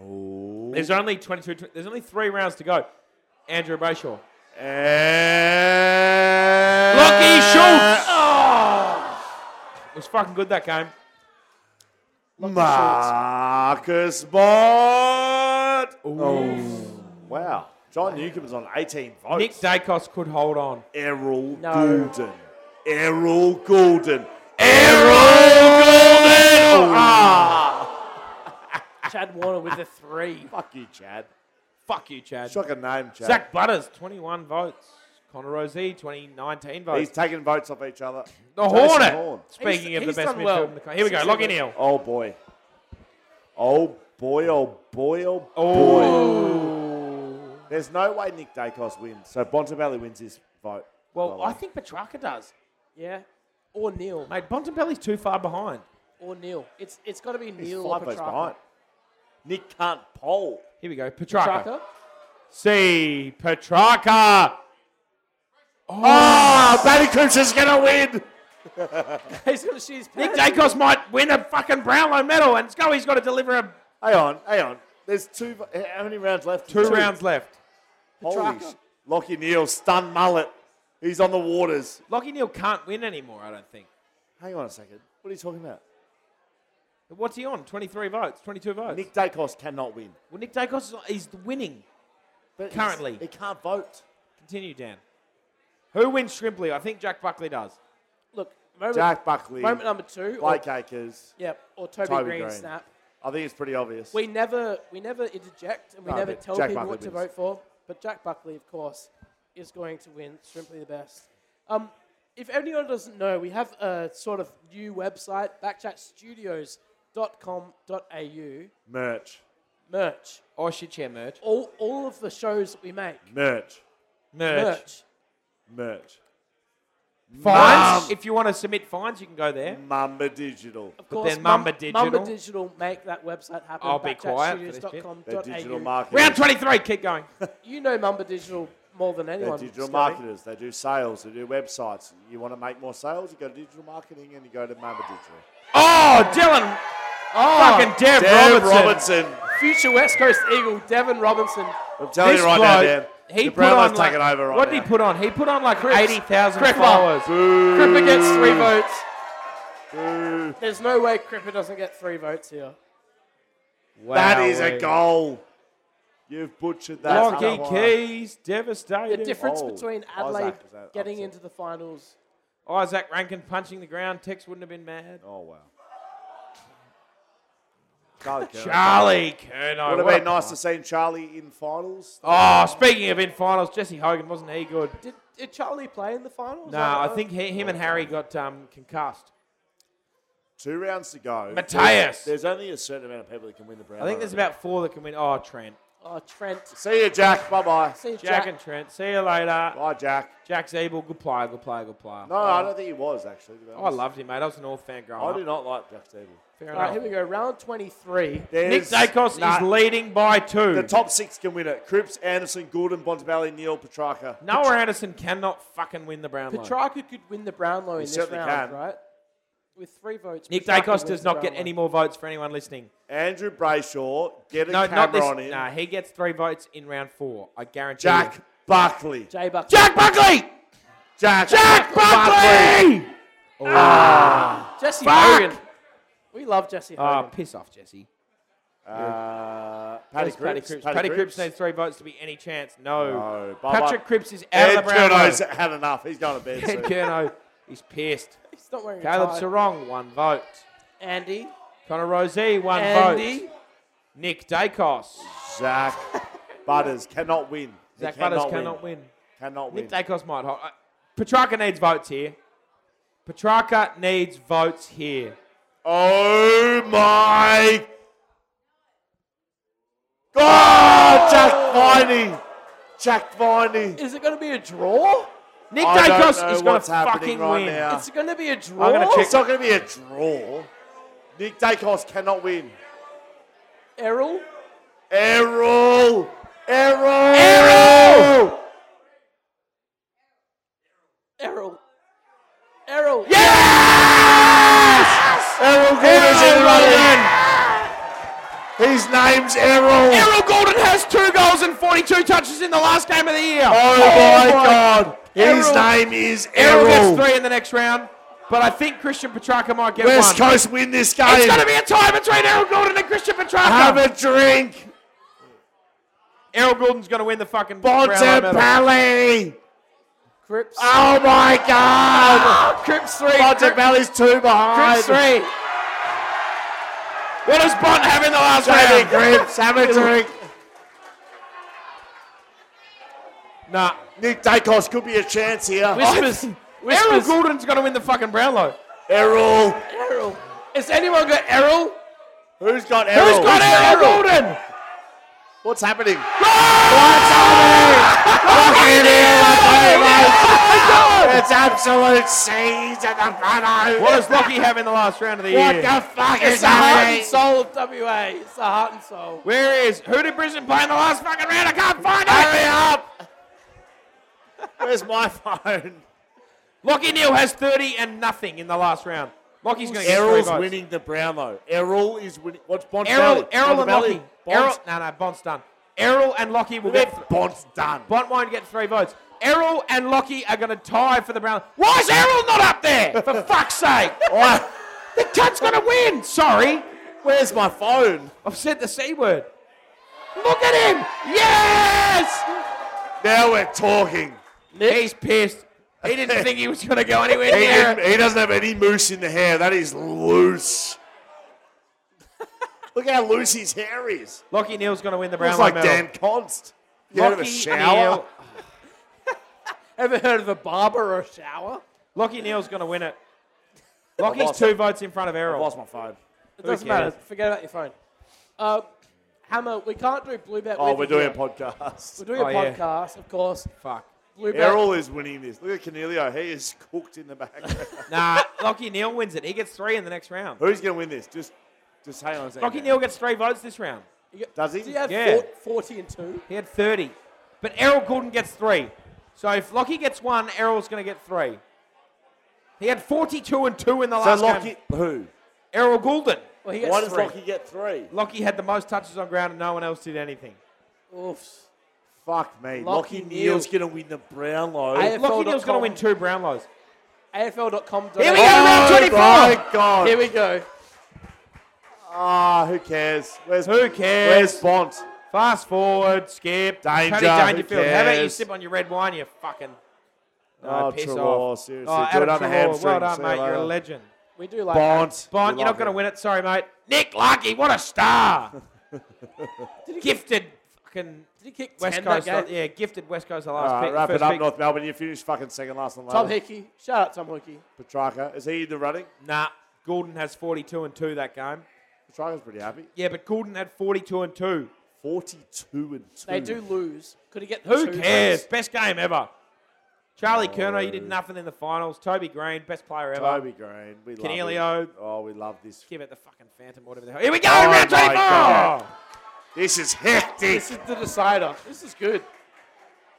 E: Ooh.
D: There's only 22, tw- there's only three rounds to go. Andrew Brayshaw.
E: And
D: Lucky Schultz! Oh! It was fucking good that game.
E: Marcus Bart. Oh. Wow. John Newcomb's on 18 votes.
D: Nick Dacos could hold on.
E: Errol
C: No.
E: Goulden. Errol Goulden. Errol Goulden! Ah!
C: Chad Warner with a three.
E: Fuck you, Chad.
D: Fuck you, Chad.
E: Shock a name, Chad.
D: Zach Butters, 21 votes. Connor Rosee, 2019 votes.
E: He's taking votes off each other.
D: the
E: Jason
D: Hornet.
E: Horn.
D: Speaking
C: He's-
D: of
C: he's
D: the best
C: done well.
D: midfield in the country. Here we go.
C: He's
D: Lockie
C: done well.
D: Neal.
E: Oh, boy. Oh, boy, oh, boy, oh, boy. There's no way Nick Dacos wins. So Bontebelli wins his vote.
D: Well,
E: Well,
D: I think Petrarca does.
C: Yeah. Or Neil.
D: Mate, Bontempelli's too far behind.
C: Or Neil. It's it's got to be
E: He's
C: Neil or
E: five votes
C: Petrarca.
E: behind. Nick can't poll.
D: Here we go. Petrarca.
C: Petrarca.
D: See Petrarca.
E: Oh, Matty Coots is going to win.
C: He's going to shoot his
D: Nick
C: pants.
D: Dacos might win a fucking Brownlow medal, and Scully's got to deliver a
E: Hang on, hang on. There's two. vo- How many rounds left?
D: two rounds left.
E: Holy
C: Petrarca.
E: sh- Lockie Neal, stun mullet. He's on the waters.
D: Lockie Neal can't win anymore, I don't think.
E: Hang on a second. What are you talking about?
D: What's he on? 23 votes, 22 votes.
E: Nick Dacos cannot win.
D: well, Nick Dacos is he's winning.
E: But he's-
D: Currently.
E: He can't vote.
D: Continue, Dan. Who wins Shrimply? I think Jack Buckley does.
C: Look, moment,
E: Jack Buckley,
C: moment number two. Or,
E: Blake Acres,
C: yep, or Toby,
E: Toby
C: Green,
E: Green.
C: snap.
E: I think it's pretty obvious.
C: We never, we never interject and we
E: No,
C: never
E: but
C: tell
E: Jack
C: people
E: Buckley
C: what to
E: wins.
C: vote for. But Jack Buckley, of course, is going to win. Simply the best. Um, if anyone doesn't know, we have a sort of new website, backchatstudios.com.au.
E: merch,
C: Merch.
D: Or Oh, shit chair merch.
C: All, all of the shows that we make.
E: merch,
D: Merch.
C: Merch.
E: merch.
D: Fines. If you want to submit fines, you can go there.
E: Mamba Digital,
C: Of
D: But
C: course,
D: then Mumba
C: Mum-
D: Digital-
C: Mumba Digital make that website happen.
D: I'll be quiet for this bit.
C: backchatstudios.com.au.
E: they're digital marketers.
D: Round 23, keep going.
C: You know Mumba Digital more than
E: They're
C: anyone.
E: digital
C: Scotty.
E: marketers. They do sales. They do websites. You want to make more sales? You go to digital marketing and you go to Mamba Digital.
D: Oh, Dylan. Fucking Oh, Dev,
E: Dev
D: Robertson.
E: Robinson.
C: Future West Coast Eagle, Devin Robinson.
E: I'm telling
D: This
E: you right now, Dan.
D: bloke, he
E: the
D: put on
E: Brownlow's
D: like,
E: taking over right
D: What did
E: now.
D: he put on? He put on like
C: Crips.
D: 80,000
C: Cripper.
D: followers.
C: Cripper gets three votes. There's no way Cripper doesn't get three votes here.
E: That is a goal. You've butchered that.
D: Lockie
E: Tarawai.
D: Keys,
C: The
D: devastated.
C: difference
E: Oh,
C: between
E: Isaac
C: Adelaide
E: is that
C: getting
E: upset.
C: into the finals.
D: Oh, Isaac Rankin punching the ground. Tex wouldn't have been mad.
E: Oh wow. Charlie. Kerr.
D: Charlie Kerno.
E: Would have
D: what
E: been
D: a-
E: nice to see Charlie in finals.
D: Oh, speaking of in finals, Jesse Hogan, wasn't he good?
C: Did, did Charlie play in the finals?
D: No, I think he, him and Harry got um, concussed.
E: Two rounds to go.
D: Mateus.
E: There's only a certain amount of people that can win the Brownlow.
D: I think there's about four that can win. Oh, Trent.
C: Oh, Trent.
E: See you, Jack. Bye bye.
C: See you,
D: Jack,
C: Jack.
D: and Trent. See you later.
E: Bye, Jack.
D: Jack Zabel, good player, good player, good player.
E: No, I don't think he was actually. to be
D: Oh, I
E: honest.
D: loved him, mate. I was an North fan growing
E: I
D: up.
E: do not like Jack Stable.
D: Fair
C: All right, here we
D: enough.
C: go. Round 23.
D: Nick Dacos is leading by two.
E: The top six can win it. Cripps, Anderson, Gordon, Bontebelli, Neil, Petrarca.
D: Noah Anderson cannot fucking win the Brownlow.
C: Petrarca could win the Brownlow in this round,
E: certainly can.
C: right? With three votes.
D: Nick
C: Petrarca
D: Dacos
C: wins
D: does
C: the
D: not get
C: Brownlow.
D: any more votes for anyone listening.
E: Andrew Brayshaw, get a
D: No,
E: camera
D: not this.
E: on him.
D: Nah, he gets three votes in round four. I guarantee
E: Jack
D: you.
E: Buckley.
C: Jay Buck.
D: Jack Buckley!
E: Jack,
D: Jack Buckley!
C: Jesse Hogan. We love Jesse
D: Oh,
C: Hogan.
D: piss off, Jesse.
E: Uh, Paddy
D: Paddy
E: Cripps.
D: Cripps. Paddy Cripps needs three votes to be any chance. No.
E: No, bye-bye.
D: Patrick Cripps is out
E: Ed
D: of the Brownlow.
E: Curno's had enough. He's going to bed
D: Ed
E: soon.
D: Curno is pissed.
C: He's not wearing a
D: Caleb
C: tie.
D: Sarong, one vote.
C: Andy.
D: Connor Rosé, one
C: Andy.
D: vote. Nick Dacos.
E: Zach Butters cannot win. He
D: Zach Butters
E: win.
D: cannot win.
E: Cannot win.
D: Nick Dacos might hold. Uh, Petrarca needs votes here. Petrarca needs votes here.
E: Oh my God! Jack Viney! Jack Viney!
C: Is it going to be a draw?
D: Nick
E: I don't
D: Dacos
E: know
D: is going
E: what's
D: to
E: happening
D: fucking
E: right
D: win.
E: now.
C: It's going to be a draw.
D: I'm gonna check-
E: It's not going to be a draw. Nick Dacos cannot win.
C: Errol.
E: Errol! Errol! Errol!
C: Errol. Errol.
E: Errol Gordon's in the running. His name's Errol.
D: Errol Gordon has two goals and 42 touches in the last game of the year.
E: Oh my God! His
D: Errol.
E: name is
D: Errol gets
E: Errol.
D: three in the next round, but I think Christian Petrarca might get
E: West
D: one.
E: Coast win this game.
D: It's going to be a tie between Errol Gordon and Christian Petrarca.
E: Have a drink.
D: Errol Gordon's going to win the fucking Brownlow medal.
E: Bontempelli.
C: Cripps.
D: Ah,
E: Oh my
D: Oh,
E: God!
C: Cripps three.
E: Bontempelli's two behind.
C: Cripps three.
D: What does Bont have in the last
E: Jamie
D: round?
E: Grips, have a drink.
D: Nah.
E: Nick Dacos could be a chance here.
C: Whispers.
D: Errol
C: Whispers.
D: Gordon's going to win the fucking Brownlow.
E: Errol.
C: Errol. Has anyone got Errol?
E: Who's got Errol?
D: Who's got Errol
C: Errol?
D: Gordon?
E: What's happening? What's happening? Fucking hell, mate. It's absolute seas at the front.
D: What does Lockie have in the last round of the
E: What
D: year?
E: the fuck
C: It's
E: is
C: the heart
E: happening?
C: and soul of WA. It's the heart and soul.
D: Where is? Who did Brisbane play in the last fucking round? I can't find it. Hurry up.
E: Where's my phone?
D: Lockie Neal has 30 and nothing in the last round. Lockie's going to get three
E: Errol's
D: votes.
E: winning the Brownlow. Errol is winning. What's Bont's
D: Errol, Errol and Lockie. Errol,
E: Bont's,
D: no, no, Bont's done. Errol and Lockie will get.
E: Bont's done.
D: Bont won't get three votes. Errol and Lockie are going to tie for the Brown. Why is Errol not up there? For fuck's sake.
E: Oh,
D: The cunt's going to win. Sorry.
E: Where's my phone?
D: I've said the C word. Look at him. Yes.
E: Now we're talking.
D: He's pissed. He didn't think he was going to go anywhere
E: He,
D: near it.
E: didn't- he doesn't have any moose in the hair. That is loose. Look how loose his hair is.
D: Lockie Neal's going to win the
E: Looks
D: Brownlow
E: like
D: medal.
E: Dan Const. You out of a
D: Lachie
E: shower.
D: Neal-
C: Ever heard of a barber or a shower?
D: Lockie Neal's going to win it.
E: I've
D: Lockie's
E: lost
D: two
E: it.
D: votes in front of
E: I
D: Errol.
E: lost my phone.
C: It doesn't
D: cares?
C: matter. Forget about your phone. Um, Hammer, we can't do Blue Bet.
E: Oh,
C: with
E: we're
C: you
E: doing a
C: here.
E: podcast.
C: We're doing
D: Oh,
C: a
D: yeah.
C: podcast, of course.
D: Fuck.
C: Blue Bet.
E: Errol is winning this. Look at Cornelio. He is cooked in the back.
D: Nah, Lockie Neal wins it. He gets three in the next round.
E: Who's going to win this? Just, just hang on a second.
D: Lockie Neal gets three votes this round.
C: You get-
E: Does he?
C: Do you have
D: Yeah.
C: four- 40 and 2?
D: He had 30. But Errol Gordon gets three. So if Lockie gets one, Errol's going to get three. He had 42 and 2 in the
E: So
D: last
E: Lockie,
D: game.
E: who?
D: Errol Goulden.
C: Well, he
E: Why
C: gets
E: does
C: three.
E: Lockie get three?
D: Lockie had the most touches on ground and no one else did anything.
C: Oof.
E: Fuck me.
C: Lachie
E: Lockie Neal's
C: Neal.
E: going to win the Brownlow.
C: I-
D: Lockie Neal's
C: AFL.com.
D: going to win two Brownlows.
C: AFL.com.
D: Here we go, round
E: Oh
D: 24.
E: my God.
C: Here we go.
E: Ah, who cares? Where's
D: Who cares?
E: Where's Bond?
D: Fast forward, skip.
E: Danger,
D: Paddy
E: who
D: Dangerfield. How about you
E: cares?
D: sip on your red wine, you fucking.
E: Oh,
D: Uh, piss
E: Trelaw,
D: off.
E: seriously.
D: Oh,
E: Do it
D: Adam
E: on the
D: Trelaw,
E: hamstring,
D: Well done,
E: see you
D: mate. You're a
E: later.
D: legend.
C: We do like
E: Bond.
D: Bond,
E: We
D: you're
E: love
D: not going to
E: him.
D: win it. Sorry, mate. Nick Lucky, what a star. Gifted fucking
C: Did he kick
D: West
C: 10
D: Coast.
C: that game?
D: Yeah, gifted West Coast the
E: All
D: last
E: right,
D: pick.
E: wrap
D: first
E: it up,
D: pick.
E: North Melbourne. You finished fucking second last and
C: Tom
E: last.
C: Hickey. Shout out Tom Hickey.
E: Petrarca. Is he in the running?
D: Nah, Gordon has 42 and 2 that game.
E: Petrarca's pretty happy.
D: Yeah, but Gordon had 42 and 2.
E: 42 and 2.
C: They do lose. Could he get the
D: Who
C: two
D: cares? Best game ever. Charlie Kerner, you did nothing in the finals. Toby Green, best player ever.
E: Toby Green. We love
D: Canelio.
E: it. Oh, we love this.
D: Give it the fucking Phantom, whatever the hell. Here we go,
E: Oh
D: round
E: my
D: 24!
E: God. This is hectic.
C: This is the decider. This is good.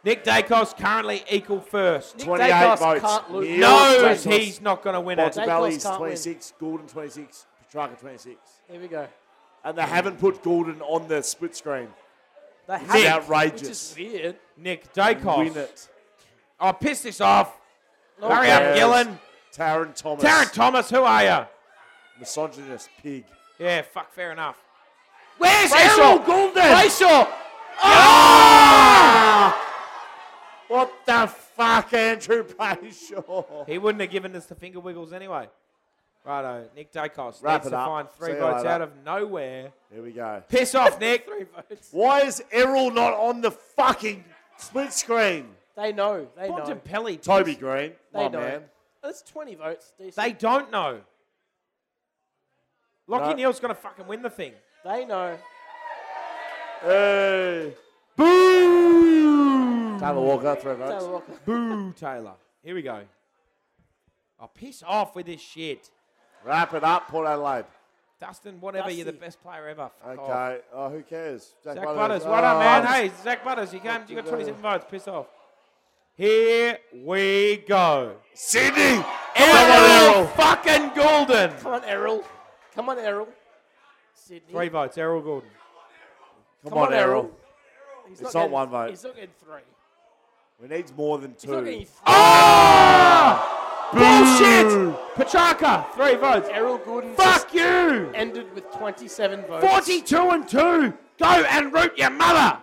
D: Nick Dacos currently equal first.
C: Nick
E: 28
C: Dacos
E: votes.
C: can't lose.
E: Neil
D: Knows
E: Dacos.
D: he's not going to win it.
E: Montebelli's
C: can't win.
E: 26, Gordon 26, Petrarca 26.
C: Here we go.
E: And they haven't put Gordon on the split screen.
C: They
E: It's
C: have
E: outrageous.
C: Which is weird.
D: Nick Dacos.
E: Win it.
D: Oh, piss this off.
C: No
D: Hurry
C: cares.
D: up,
E: cares?
D: Gillen.
E: Taryn Thomas.
D: Tarrant Thomas, who are you?
E: Misogynist pig.
D: Yeah, fuck, fair enough. Where's
E: Brayshaw.
D: Errol Goulden? Brayshaw.
E: What the fuck, Andrew Brayshaw?
D: He wouldn't have given us the finger wiggles anyway. Righto, Nick Dacos
E: Wrap
D: needs
E: it
D: to
E: up.
D: find three
E: See you
D: votes
E: later.
D: out of nowhere.
E: Here we go.
D: Piss off, Nick.
C: Three votes.
E: Why is Errol not on the fucking split screen?
C: They know. They know.
D: Bontempelli.
E: Toby Green,
C: They
E: my
C: know.
E: man.
C: That's 20 votes. Decent.
D: They don't know. Lockie
E: No.
D: Neal's going to fucking win the thing.
C: They know.
E: Hey.
D: Boo!
E: Taylor Walker, three votes.
C: Taylor Walker.
D: Boo, Taylor. Here we go. Oh, piss off with this shit.
E: Wrap it up, Port Adelaide.
D: Dustin, whatever, you're the
C: Dusty.
D: best player ever. Fuck off.
E: Okay. Oh, who cares?
D: Zach Butters, what up, man?
E: Oh,
D: Hey, Zach Butters, you came, you got 27 votes. Piss off. Here we go.
E: Sydney.
D: Errol
E: Errol.
D: fucking Golden.
C: Come on, Errol. Come on, Errol. Sydney.
D: Three votes, Errol Golden.
E: Come, on, Errol.
C: He's
E: It's not
C: getting-
E: one vote.
C: He's not getting three.
E: We need more than
C: He's not
E: two.
C: getting three.
D: Ah! Bullshit! Petrarca, three votes.
C: Errol Gordon
D: Fuck you!
C: ended with 27 votes.
D: 42 and 2. Go and root your mother.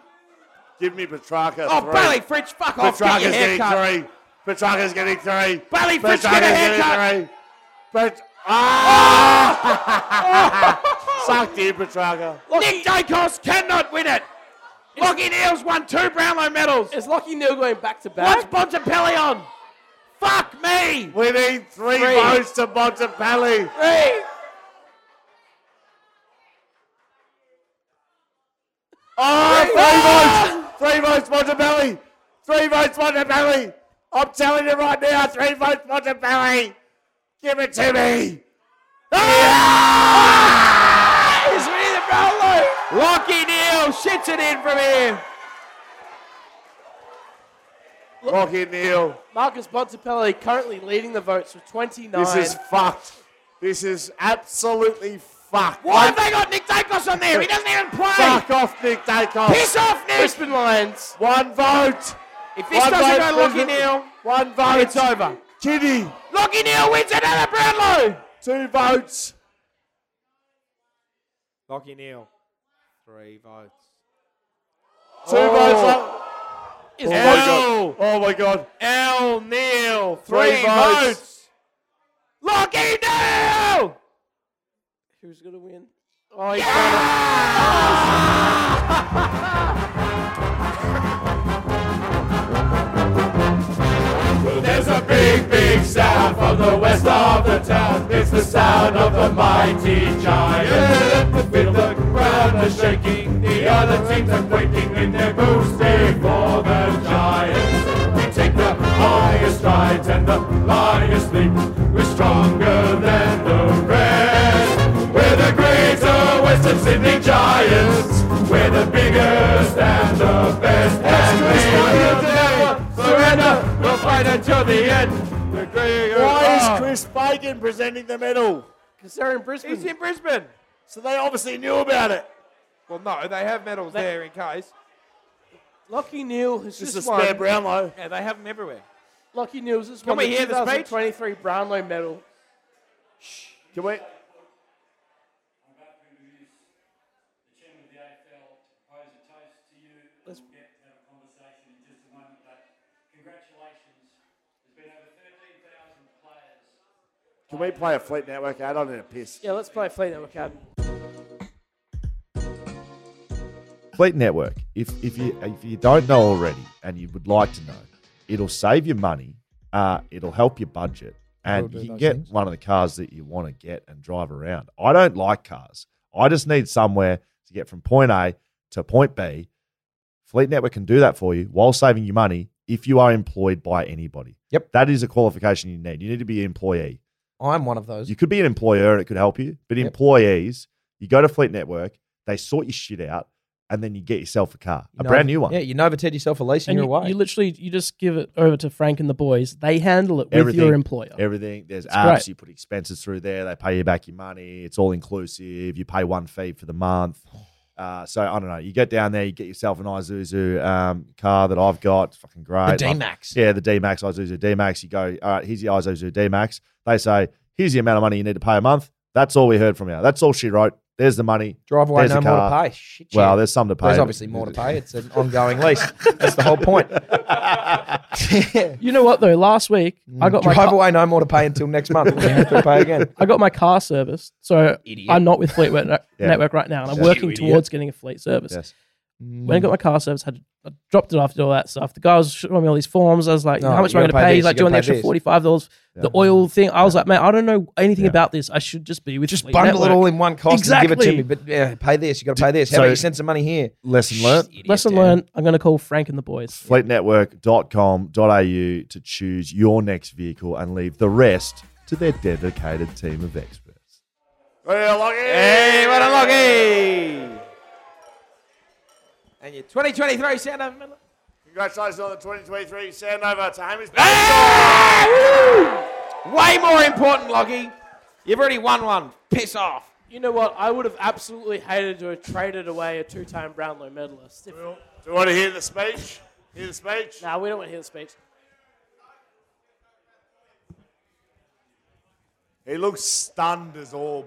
E: Give me Petrarca.
D: Oh,
E: three.
D: Bailey Fritch, fuck off. Get your
E: Petrarca's
D: haircut.
E: getting three. Petrarca's getting three.
D: Bailey Fritz,
E: Petrarca's
D: get a haircut. Oh!
E: getting three. Pet- ah! Sucked in, Petrarca.
D: Nick Dacos cannot win it. Lockie Neal's won two Brownlow medals.
C: Is Lockie Neal going back to
D: What's
C: back?
D: Bontempelli on? Fuck me!
E: We need three,
D: Three.
E: votes to Montepelli.
D: Three.
E: Oh, three votes. Three votes, Montebelli. Three votes, Montebelli. I'm telling you right now, three votes, Montebelli. Give it to me. Ah!
D: He's winning the Brownlow. Lockie Neal shits it in from here.
E: Rocky Neal.
C: Marcus Bontempelli currently leading the votes with 29.
E: This is fucked. This is absolutely fucked.
D: Why have
E: Like,
D: they got Nick Dacos on there? He doesn't even play.
E: Fuck off, Nick Dacos.
D: Piss off, Nick.
C: Brisbane Lions.
E: One vote.
D: If this
E: One
D: doesn't
E: vote
D: go Lockie
E: Brisbane.
D: Neal,
E: One vote.
D: it's over.
E: Kitty.
D: Lockie Neal wins another Brownlow.
E: Two votes.
D: Lockie Neal, three votes. Oh.
E: Two votes. Up.
C: is
G: Oh my god.
D: Ow.
G: Oh my god.
D: L. Neil.
G: Three votes.
D: Lockie Neil.
C: who's going to win? Oh, he's
F: Well, there's a big, big sound from the west of the town. It's the sound of the mighty giant. The fiddle the ground is shaking. The other teams are quaking in their boots before the giants. We take the highest rides and the highest leap. We're stronger than the rest. We're the greater Western Sydney Giants. We're the biggest and the best. And we will never surrender. We'll fight until the end. The greater
G: Why is
F: are.
G: Chris Bacon presenting the medal?
C: because they're in Brisbane.
D: He's in Brisbane.
G: So they obviously knew about it.
D: Well, no, they have medals there in case.
C: Lockie Neal has
G: Just
C: just,
G: a spare
C: won.
G: Brownlow.
D: Yeah, they have them everywhere.
C: Lockie Neal's just
D: Can
C: won the
D: we hear the speech?
C: 2023 Brownlow medal.
G: Can we? Can we play a Fleet Network ad? I need a piss.
C: Yeah, let's play Fleet Network Ad.
E: Fleet Network, if, if you if you don't know already and you would like to know, it'll save you money, uh, it'll help your budget, and you can get one of the cars that you want to get and drive around. I don't like cars. I just need somewhere to get from point A to point B. Fleet Network can do that for you while saving you money if you are employed by anybody.
H: Yep.
E: That is a qualification you need. You need to be an employee.
H: I'm one of those.
E: You could be an employer and it could help you, but
H: Yep.
E: employees, you go to Fleet Network, they sort your shit out, and then you get yourself a car,
H: You
E: a
H: know-
E: brand new one.
H: Yeah, you Novated yourself a lease and, you're
C: you,
H: away.
C: you literally, you just give it over to Frank and the boys. They handle it with
E: Everything-
C: your employer.
E: Everything. There's
C: It's
E: apps.
C: great.
E: You put expenses through there. They pay you back your money. It's all inclusive. You pay one fee for the month. Uh, so I don't know. You get down there, you get yourself an Isuzu um, car that I've got. It's fucking great.
H: the
E: I-
H: D Max.
E: Yeah, the D Max, Isuzu D Max. You go, all right, here's your Isuzu D Max. They say, here's the amount of money you need to pay a month. That's all we heard from you. That's all she wrote. There's the money.
H: Drive away,
E: There's
H: no
E: a
H: more
E: car.
H: to pay. Shit, shit.
E: Well, there's some to pay.
H: There's obviously more to pay. It's an ongoing lease. That's the whole point.
C: You know what though? Last week
E: Mm.
C: I got my
H: Drive
C: car,
H: away, no more to pay until next month. You have to pay again.
C: I got my car serviced, so I'm not with Fleet Wet- Network right now, and I'm
E: Yeah.
C: working
E: You idiot.
C: towards getting a fleet service.
E: Yes.
H: Mm.
C: When I got my car service, had I dropped it off, did all that stuff. The guy was showing me all these forms. I was like,
H: No,
C: "How much
H: Oh, you
C: am I going to
H: gotta pay
C: pay?"
H: this,
C: He's like,
H: you
C: "Do you
H: gotta
C: want the extra
H: pay this."
C: forty-five dollars?" The oil thing. I was like, "Man, I don't know anything about this. I should just be with
H: Just
C: Fleet
H: bundle it
C: Network."
H: all in one cost and give it
C: Exactly.
H: to me. But yeah, pay this. You got to pay this. How
E: So-
H: about you send some money here?
E: Lesson learned.
H: Shit, idiot,
C: Lesson
H: Dan.
C: learned. I'm going to call Frank and the boys.
E: fleetnetwork.com.au to choose your next vehicle and leave the rest to their dedicated team of experts.
G: Well, lucky.
D: Hey, what a lucky! And your 2023 sound of medal.
G: Congratulations on the 2023 Sandover to Hamish.
D: Ah! Woo! Way more important, Loggy. You've already won one. Piss off.
C: You know what? I would have absolutely hated to have traded away a two-time Brownlow medalist. If,
G: Do you want to hear the speech? Hear the speech?
C: nah, we don't want to hear the speech.
G: He looks stunned as all.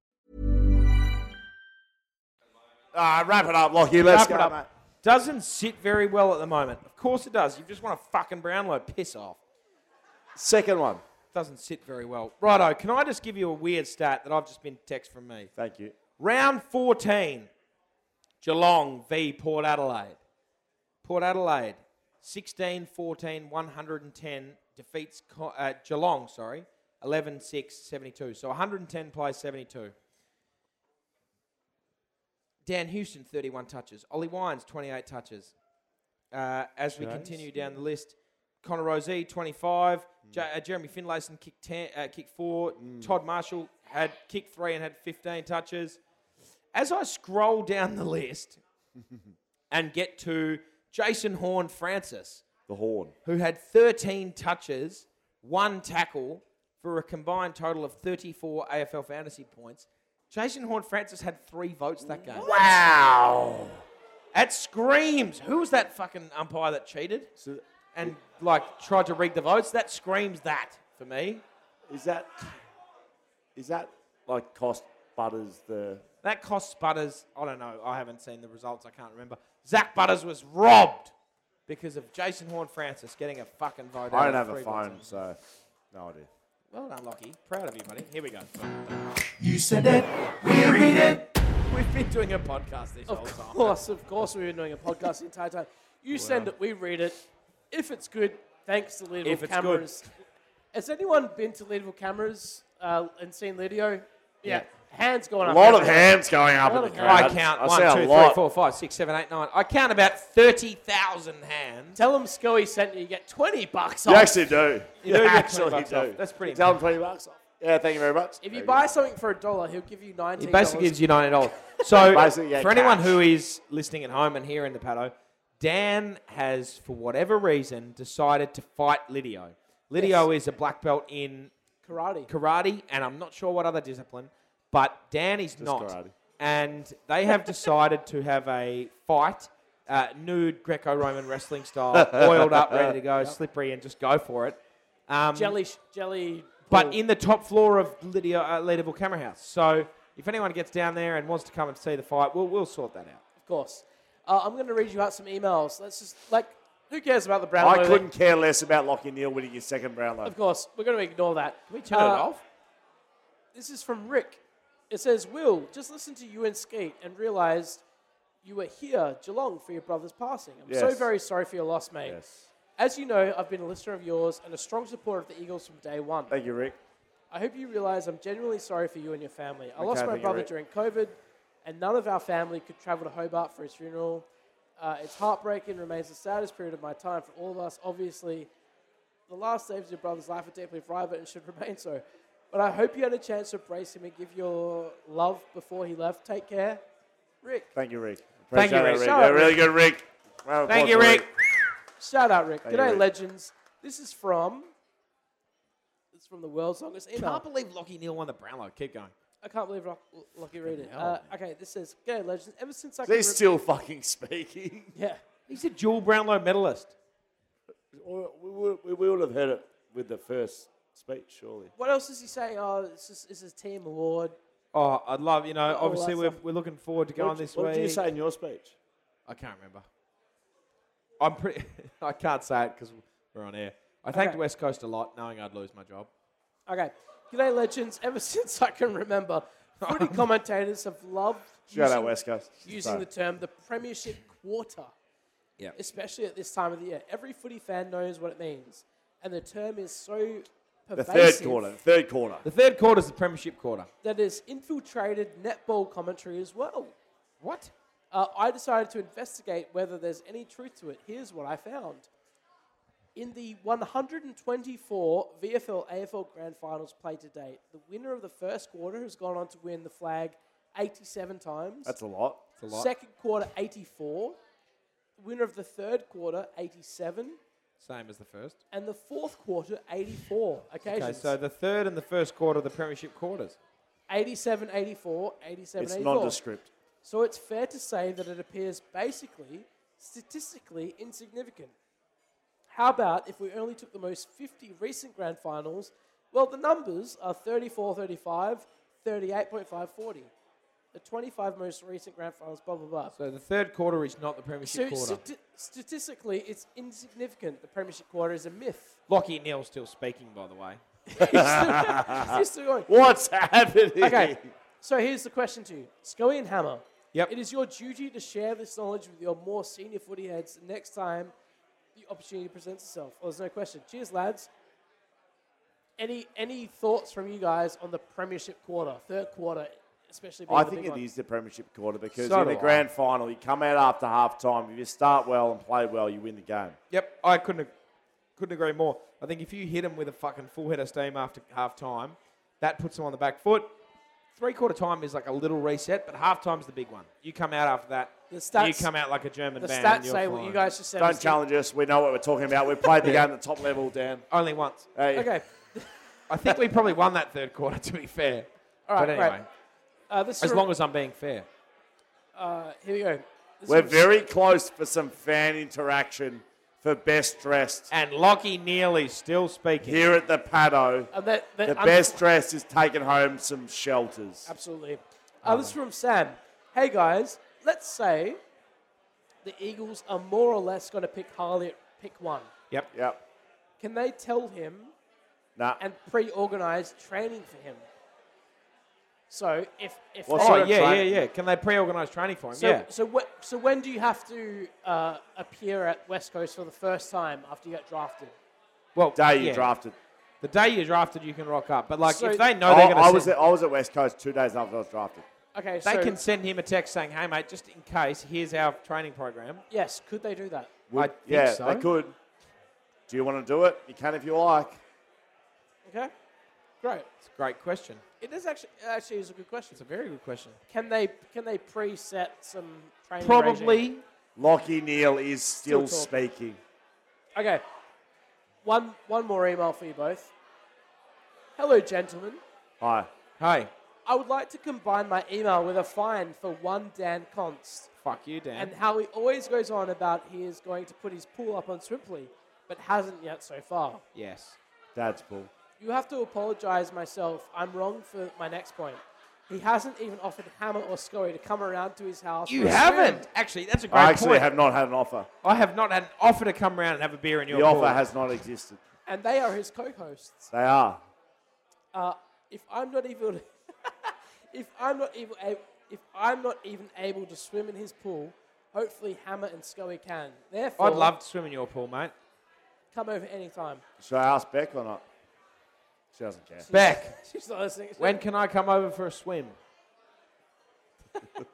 G: Ah, wrap it up, Lockie. Let's
D: Wrap it
G: go,
D: up.
G: mate.
D: Doesn't sit very well at the moment. Of course it does. You just want a fucking Brownlow. Piss off.
G: Second one.
D: Doesn't sit very well. Righto, can I just give you a weird stat that I've just been text from me?
G: Thank you.
D: Round 14 Geelong v Port Adelaide. Port Adelaide, 16 14, 110, defeats Co- uh, Geelong, sorry, 11 6, 72. So 110 plays 72. Dan Houston, 31 touches. Ollie Wines, 28 touches. Uh, as we
I: Nice.
D: continue down the list, Connor Rosee, 25.
E: Mm.
D: J- uh, Jeremy Finlayson kicked, ten, uh, kicked four. Todd Marshall had kicked three and had 15 touches. As I scroll down the list and get to Jason Horn Francis,
E: The horn.
D: who had 13 touches, one tackle for a combined total of 34 AFL fantasy points. Jason Horn Francis had three votes that game.
F: Wow.
D: That screams. Who was that fucking umpire that cheated and like tried to rig the votes? That screams that for me.
E: Is that is that like cost butters the
D: That costs Butters. I don't know. I haven't seen the results. I can't remember. Zach Butters was robbed because of Jason Horn Francis getting a fucking vote.
E: I
D: out
E: don't
D: of
E: have a
D: three votes.
E: phone, so no idea.
D: Well done, Lockie. Proud of you, buddy. Here we go.
E: You said it.
C: We read it.
D: We've been doing a podcast this whole time. um,
C: Of course, of course, we've been doing a podcast the entire time. You send it, we read it. If it's good, thanks to Leadville
D: If it's good.
C: Cameras. Has anyone been to Leadville Cameras uh, and seen Lidio? Yeah. Hands going
E: A
C: up.
E: lot of
C: everywhere.
E: hands going up
C: A lot
E: in
C: of
E: the
C: hands.
E: crowd.
D: I count
E: I
D: one,
E: see a
D: two, three,
E: lot.
D: four, five, six, seven, eight, nine. I count about 30,000 hands.
C: Tell them Scully sent you, you get 20 bucks
E: You
C: off.
E: actually do.
D: You do get
E: actually
D: 20 bucks
E: do.
D: off. That's pretty
E: Tell them twenty bucks off. Yeah, thank you very much.
C: If you buy something for a dollar, he'll give you 19
D: He basically gives you nine dollars. So
E: Basically, yeah,
D: for anyone
E: cash.
D: who is listening at home and here in the paddo, Dan has, for whatever reason, decided to fight Lidio. Lidio is a black belt in
C: Karate.
D: karate, and I'm not sure what other discipline, but Dan is
E: Just
D: not.
E: karate.
D: And they have decided to have a fight, uh, nude Greco-Roman wrestling style, oiled up, ready to go,
C: Yep.
D: slippery, and just go for it. Um,
C: jelly, sh- jelly.
D: but
C: ball.
D: in the top floor of Lydia uh, Leadable Camera House. So if anyone gets down there and wants to come and see the fight, we'll, we'll sort that out.
C: Of course. Uh, I'm going to read you out some emails. Let's just, like, who cares about the brown?
E: I couldn't care less about Lockie Neal winning his second Brownlow.
C: Of course, we're going to ignore that. Can we
D: turn it off?
C: This is from Rick. It says, Will, just listen to you and Skeet and realised you were here, Geelong, for your brother's passing. I'm so
I: Yes.
C: very sorry for your loss, mate. As you know, I've been a listener of yours and a strong supporter of the Eagles from day one.
E: Thank you, Rick.
C: I hope you realise I'm genuinely sorry for you and your family. I
E: Okay,
C: lost my
E: thank you,
C: brother
E: Rick.
C: during COVID, and none of our family could travel to Hobart for his funeral. Uh, it's heartbreaking, remains the saddest period of my time for all of us, obviously. The last days of your brother's life are deeply private and should remain so. But I hope you had a chance to embrace him and give your love before he left. Take care. Rick.
E: Thank you, Rick.
C: Thank you,
E: Appreciate
C: Rick.
E: that,
C: Shout
E: Yeah,
C: out,
E: really
C: Rick.
E: good, Rick. Round of
C: Thank
E: applause
C: you,
E: for
C: Rick. Shout out, Rick.
E: Thank you,
C: G'day,
E: Rick.
C: legends. This is from. It's from the world's longest
D: I
C: email.
D: can't believe Lockie Neal won the Brownlow. Keep going.
C: I can't believe Rock, Lucky read it.
D: hell,
C: Uh, okay, this says, "Go legends." Ever since I
E: Is he
C: could
E: still fucking speaking?
C: yeah,
D: he's a dual Brownlow medalist.
E: We, would- we would have heard it with the first speech, surely.
C: What else does he say? Oh, it's just it's his team award.
D: Oh, I'd love, you know,
C: Oh,
D: obviously
C: that's
D: we're,
C: a-
D: we're looking forward to
E: What
D: going
E: did-
D: this
E: what
D: week.
E: did you say in your speech?
D: I can't remember. I'm pretty, I can't say it because we're on air. I thanked
C: Okay.
D: West Coast a lot knowing I'd lose my job.
C: Okay, g'day legends. Ever since I can remember, footy commentators have loved
E: Shout out
C: using-
E: West Coast.
C: using
E: Sorry.
C: the term the premiership quarter.
D: Yeah.
C: especially at this time of the year, every footy fan knows what it means, and the term is so
E: The
C: pervasive.
E: third quarter. Third quarter.
D: The third quarter's the premiership quarter.
C: that has infiltrated netball commentary as well.
D: What?
C: Uh, I decided to investigate whether there's any truth to it. Here's what I found. In the 124 VFL AFL grand finals played to date, the winner of the first quarter has gone on to win the flag 87 times.
E: That's a lot.
C: Second quarter, 84. Winner of the third quarter, 87.
D: Same as the first.
C: And the fourth quarter, 84 occasions.
D: Okay, so the third and the first quarter of the premiership quarters.
C: 87, 84, 87,
D: It's
C: 84.
D: nondescript.
C: So it's fair to say that it appears basically statistically insignificant. How about if we only took the most 50 recent grand finals? Well, the numbers are 34, 35, 38.5, 40. The 25 most recent grand finals, blah, blah, blah.
D: So the third quarter is not the
C: So
D: premiership quarter.
C: stati- statistically, it's insignificant. The Premiership quarter is a myth.
D: Lockie Neal's still speaking, by the way.
C: It's just a-
E: What's happening?
C: Okay, so here's the question to you: Scully and Hammer, It is your duty to share this knowledge with your more senior footy heads the next time the opportunity presents itself. Well, there's no question. Cheers, lads. Any any thoughts from you guys on the Premiership quarter, third quarter, especially? Being
E: I
C: the
E: think
C: big
E: it
C: one?
E: is the premiership quarter because
C: So
E: in the
C: do I.
E: grand final, you come out after half time. If you start well and play well, you win the game.
D: Yep, I couldn't ag- couldn't agree more. I think if you hit them with a fucking full head of steam after half time, that puts them on the back foot. Three quarter time is like a little reset, but half time's the big one. You come out after that,
C: The stats-
D: you come out like a German
C: the
D: band.
C: stats
D: and you're
C: say what
D: fine.
C: you guys just said.
E: Don't
C: was-
E: challenge us. We know what we're talking about. We played the game at the top level, Dan.
D: Only once.
E: Hey.
C: Okay.
D: I think we probably won that third quarter. To be fair,
C: All right,
D: But anyway,
C: great. Uh, this is
D: as
C: a-
D: long as I'm being fair.
C: Uh, here we go. This
E: We're
C: is-
E: very close for some fan interaction for best dressed.
D: And Lockie Neely still speaking.
E: Here at the Paddo,
C: And that- that-
E: the
C: I'm-
E: best dressed is taking home some shelters.
C: Absolutely. Uh, this is from Sam. Hey guys, let's say the Eagles are more or less going to pick Harley at pick one.
D: Yep.
E: Yep.
C: Can they tell him
E: Nah.
C: and pre-organize training for him? So if if
D: oh yeah, yeah, yeah. Can they pre-organise training for him?
C: So
D: yeah.
C: so wh- so when do you have to uh, appear at West Coast for the first time after you get drafted?
D: Well,
E: day you
D: yeah.
E: drafted.
D: The day you're drafted, you can rock up. But like,
C: So-
D: if they know they're
E: I,
D: going to,
E: I was at, I was at West Coast two days after I was drafted.
C: Okay,
D: they
C: so
D: can send him a text saying, "Hey mate, just in case, here's our training program."
C: yes, could they do that?
E: Would-
D: think
E: yeah,
D: so.
E: they could. Do you want to do it? You can if you like.
C: Okay, great.
D: It's a great question.
C: It is actually it actually is a good question.
D: It's a very good question.
C: Can they can they pre-set some training? regime?
D: Probably.
E: Lockie Neal is still,
C: Still
E: speaking.
C: Okay. One one more email for you both. Hello, gentlemen.
E: Hi.
D: Hey,
C: I would like to combine my email with a fine for one Dan Const
D: fuck you, Dan.
C: and how he always goes on about he is going to put his pool up on Swimply, but hasn't yet so far.
D: yes.
E: Dad's bull.
C: You have to apologize myself. I'm wrong for my next point. He hasn't even offered Hammer or Scully to come around to his house.
D: You
C: for a
D: haven't
C: swim.
D: actually. That's a great
E: I actually
D: point.
E: have not had an offer.
D: I have not had an offer to come around and have a beer in your
E: the offer
D: pool.
E: has not existed.
C: And they are his co-hosts.
E: They are.
C: Uh, if I'm not even, if I'm not even, ab- if I'm not even able to swim in his pool, hopefully Hammer and Scully can. Therefore,
D: I'd love to swim in your pool, mate.
C: come over anytime.
E: Should I ask Beck or not? She doesn't care.
D: Beck,
C: She's not listening.
D: when can I come over for a swim?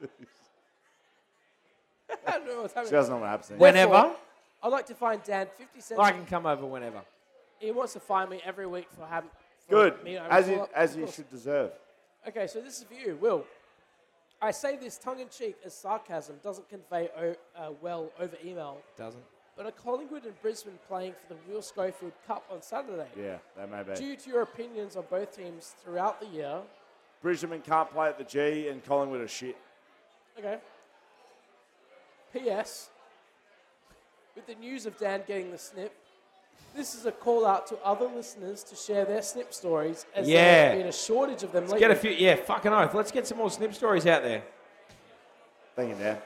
C: I don't know what's happening.
E: She doesn't know what happens. next.
D: Whenever.
C: Therefore, I'd like to find Dan fifty cents.
D: I can come over whenever.
C: He wants to find me every week for having. for
E: Good.
C: me to have a
E: As you,
C: call-up.
E: as
C: Of
E: you
C: course.
E: should deserve.
C: Okay, so this is for you, Will. I say this tongue in cheek as sarcasm doesn't convey o- uh, well over email,
D: Doesn't.
C: but are Collingwood and Brisbane playing for the Will Schofield Cup on Saturday?
E: Yeah, they may be.
C: Due to your opinions on both teams throughout the year,
E: Bridgman can't play at the G and Collingwood are shit.
C: okay. P.S. With the news of Dan getting the snip, this is a call out to other listeners to share their snip stories as
D: Yeah.
C: there has been a shortage of them lately.
D: Get a few. Yeah, fucking oath. Let's get some more snip stories out there.
E: Thank you, Dan.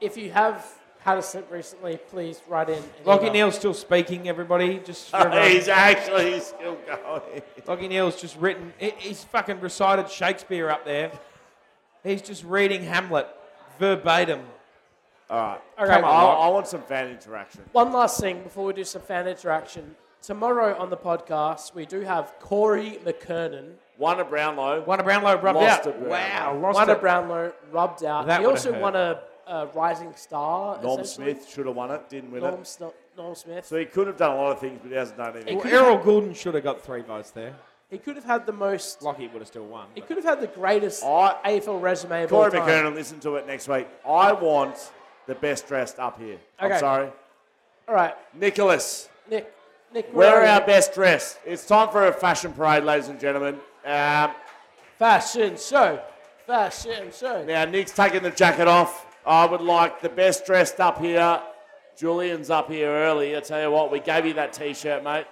C: If you have had a snip recently, please write in. an
D: Lockie
C: email.
D: Neal's still speaking, everybody. Just for everyone.
E: Oh, He's actually still going.
D: Lockie Neal's just written. he- He's fucking recited Shakespeare up there. He's just reading Hamlet verbatim.
C: All
E: I,
C: right,
E: I want some fan interaction.
C: One last thing before we do some fan interaction. Tomorrow on the podcast, we do have Corey McKernan.
E: One at Brownlow.
D: Won a Brownlow rubbed
E: Lost
D: out.
E: it, Brownlow.
D: Wow, lost
C: Won a
D: it.
C: Brownlow, rubbed out.
D: That
C: he
D: would've
C: also
D: hurt.
C: won a, a Rising Star.
E: Norm
C: essentially.
E: Smith should have won it, didn't win
C: Norm,
E: it.
C: Sno- Norm Smith.
E: So he could have done a lot of things, but he hasn't done anything.
D: Well, Errol Goulden should have got three votes there.
C: He could have had the most.
D: Lockie would have still won.
C: He
D: but-
C: could have had the greatest
E: I-
C: AFL resume of
E: Corey
C: all time.
E: McKernan, listen to it next week. I want the best dressed up here.
C: Okay.
E: I'm sorry.
C: All right,
E: Nicholas,
C: Nick. Nick,
E: where are
C: you?
E: our best dressed? It's time for a fashion parade, ladies and gentlemen. Um,
C: fashion show? Fashion show.
E: now, Nick's taking the jacket off. I would like the best dressed up here. Julian's up here early. I tell you what, we gave you that t shirt, mate.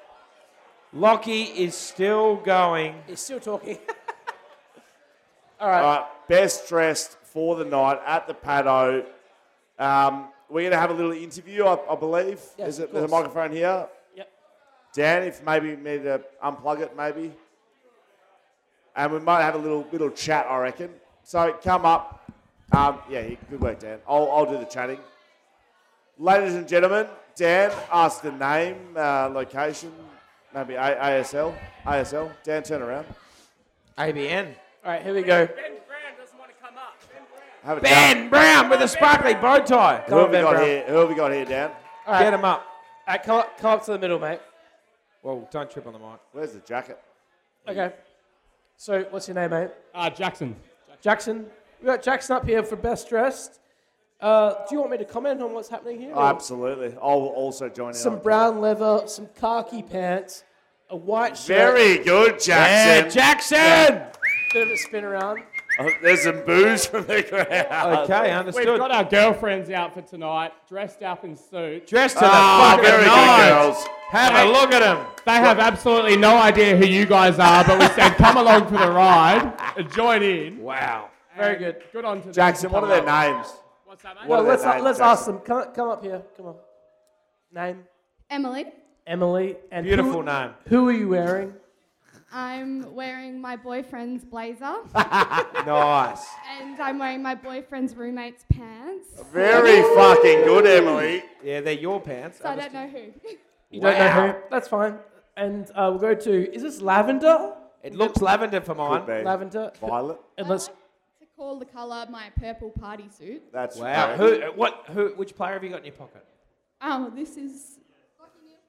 D: Lockie is still going.
C: He's still talking.
E: All right, Uh, best dressed for the night at the paddo. Um, we're going to have a little interview, I, I believe.
C: Yes,
E: Is it,
C: of
E: there's a
C: course.
E: microphone here.
C: Yep.
E: Dan, if maybe you need to unplug it, maybe. And we might have a little little chat, I reckon. So come up, Um, yeah, he- good work, Dan. I'll, I'll do the chatting. Ladies and gentlemen, Dan asked the name, uh, location, maybe A- ASL. ASL. Dan, turn around.
D: ABN.
C: All right, here we go.
E: Have a
D: Ben Brown with a sparkly bow tie.
E: Who have we got here? Who have we got here, Dan?
C: All right.
D: Get him up.
C: All right, come up, come up to the middle, mate.
D: Well, don't trip on the mic.
E: Where's the jacket?
C: Okay. So, what's your name, mate?
I: Uh, Jackson.
C: Jackson. We got Jackson up here for best dressed. Uh, do you want me to comment on what's happening here?
E: Oh, absolutely. I'll also join in.
C: some
E: on-
C: brown leather, some khaki pants, a white shirt.
E: Very good, Jackson.
C: Yeah. Bit of a spin around.
E: Oh, there's some booze from the
C: Oh,
E: crowd.
I: Uh, We've got our girlfriends out for tonight, dressed up in suits. Uh,
D: Dressed to the Ah, fucking very good nines. girls. Have a look at 'em.
I: They have absolutely no idea who you guys are, but we said come along for the ride and join in.
D: Wow.
C: Very good.
I: Good on to them
E: Jackson,
I: for
E: what are
I: coming
E: their
I: up.
E: names?
I: What's that,
E: mate?
C: Well,
E: What are
C: let's
E: their names,
C: let's
E: Jackson?
C: ask them. Come, come up here. Come on. Name
J: Emily,
C: Emily and who-
D: Beautiful name.
C: Who are you wearing?
J: I'm wearing my boyfriend's blazer.
D: Nice.
J: and I'm wearing my boyfriend's roommate's pants.
E: Very fucking good, Emily.
D: Yeah, they're your pants.
J: So I don't know who.
C: You don't know who. That's fine. And uh, we'll go to. Is this lavender?
D: It looks lavender for mine.
E: be.
C: Lavender.
E: Violet.
C: And let's.
J: To call the colour my purple party suit.
E: That's
D: Wow. Who?
E: very-
D: What? Who? Which player have you got in your pocket?
J: Oh, this is.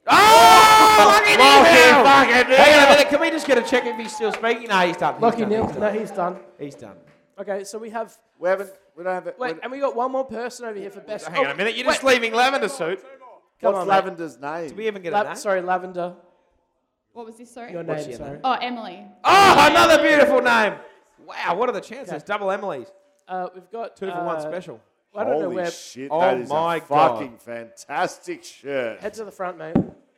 D: Fucking hell.
E: fucking
D: Hang on a
E: hell.
D: minute. Can we just get a check if he's still speaking? No, he's done. He's
C: Lucky
D: done,
C: Neil.
D: he's
C: No,
D: done.
C: he's done.
D: He's done.
C: Okay, so we have.
E: We haven't. We don't have it.
C: Wait, and we got one more person over here for best.
D: Hang on
C: Oh,
D: a minute. You're
C: wait.
D: just leaving lavender suit.
C: Come
E: What's
C: on, mate.
E: Lavender's name?
D: Did we even get
C: La-
D: a name?
C: Sorry, lavender.
J: What was this? Sorry.
C: Your
D: What's
C: name,
D: your
C: sorry.
J: Oh, Emily.
D: Oh, another beautiful name. Wow. What are the chances? Double Emily's.
C: Uh, we've got
D: Two for one
C: uh,
D: special.
C: I don't know
E: Holy
C: where.
E: shit!
D: Oh
E: that is
D: my
E: a
D: God.
E: fucking fantastic shirt.
C: Head to the front, mate.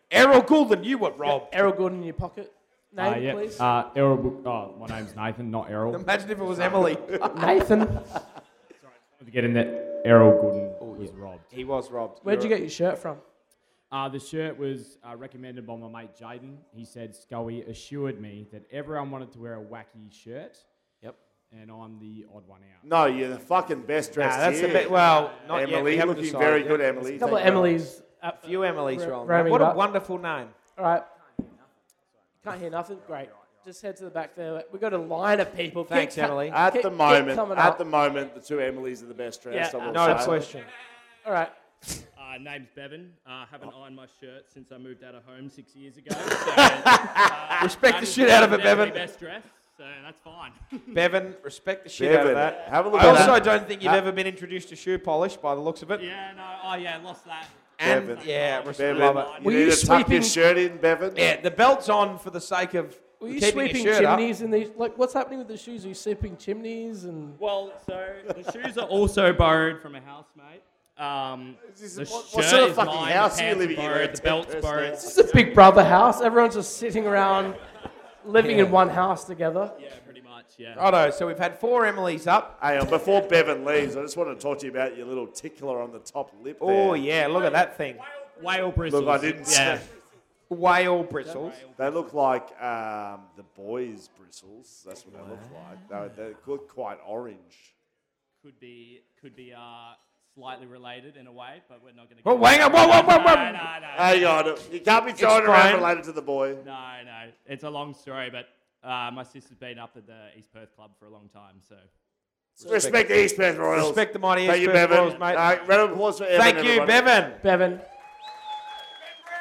D: Errol Goulden, you were robbed.
C: Errol Gordon in your pocket. Name,
I: Uh, yeah.
C: please.
E: Ah,
I: Uh, Errol. Bo- Oh, my name's Nathan, not Errol. Wanted
D: Imagine if it was Emily.
C: Nathan.
I: to get in that Errol Gooden was robbed.
D: he was robbed.
C: Where'd you get your shirt from?
I: Uh, the shirt was uh, recommended by my mate Jaden. He said Scully assured me that everyone wanted to wear a wacky shirt.
D: Yep.
I: And I'm the odd one out.
E: No, you're the fucking best dressed
D: Nah, that's the
E: here.
D: be- well, not yet.
E: Emily,
D: We haven't
E: looking
D: decided
E: very
D: yet.
E: good,
D: There's a
E: Emily.
C: A couple of
E: Thank you.
C: Emily's. Up.
D: Few Emily's
C: Ra-
D: rolling.
C: roaming
D: What a
C: about.
D: wonderful name.
C: All right. Can't hear nothing. Great. Just head to the back there. We've got a line of people. Keep
D: Thanks,
C: co-
D: Emily.
E: At
C: keep-
E: the
C: keep
E: moment,
C: coming
E: at
C: up.
E: the moment, the two Emilys are the best dressed.
C: Yeah,
E: I will
D: No
E: say.
D: question.
C: All right.
K: Uh, name's Bevan. Uh, haven't ironed my shirt since I moved out of home six years ago. So, uh,
D: Respect
K: that
D: the
K: is
D: shit out of it,
K: definitely
D: Bevan.
K: Best dress, so that's fine.
D: ah. Bevan, respect the shit out
E: Bevan,
D: of that. Ah.
E: have a look
D: I
E: at
D: also
E: that.
D: don't think you've
E: Ha-
D: ever been introduced to shoe polish by the looks of it.
K: yeah, no, oh yeah, lost that.
D: And
E: Bevan.
D: yeah, respect.
E: Bevan,
D: Love it.
E: you
C: Were
E: need
C: you
E: to tuck your
C: sweeping-
E: shirt in, Bevan.
D: Yeah, the belt's on for the sake of
C: Were you
D: keeping your
C: sweeping
D: shirt up.
C: chimneys in these? Like, what's happening with the shoes? Are you sweeping chimneys and?
K: Well, so the shoes are also borrowed from a housemate. Um,
E: Is
K: the
E: this- what-
K: shirt
E: what sort of
K: is
E: fucking
K: mine,
E: house
K: the
E: are you
K: pants
E: living in,
K: borrowed,
E: Ed?
K: the belt's
E: Ten
K: borrowed.
E: persons.
C: It's a big brother house. Everyone's just sitting around, living in one house together.
K: Yeah, pretty much, yeah.
D: Righto, so we've had four Emily's up.
E: Hang on, um, before Bevan leaves, I just want to talk to you about your little tickler on the top lip.
D: Oh
E: there.
D: yeah, look at that thing.
K: Whale bristles.
E: Look, I didn't
K: yeah.
E: say.
D: Whale bristles.
E: They look like um, the boys' bristles. That's what they look like. They, they look quite orange.
K: Could be, could be uh, slightly related in a way, but we're not going to.
E: Oh.
D: Well, hang on, whoa, whoa, whoa, whoa.
K: No, no, no.
E: Hang on, you can't be throwing around
K: fine.
E: related to the boy.
K: No, no, it's a long story, but uh, my sister's been up at the East Perth Club for a long time, so.
E: Respect, the East Perth Royals.
D: Respect the mighty
E: Thank you,
D: East Perth
E: Bevan.
D: Royals, mate.
E: Uh, round of applause for Evan,
D: Thank you,
E: everybody.
D: Bevan.
C: Bevan.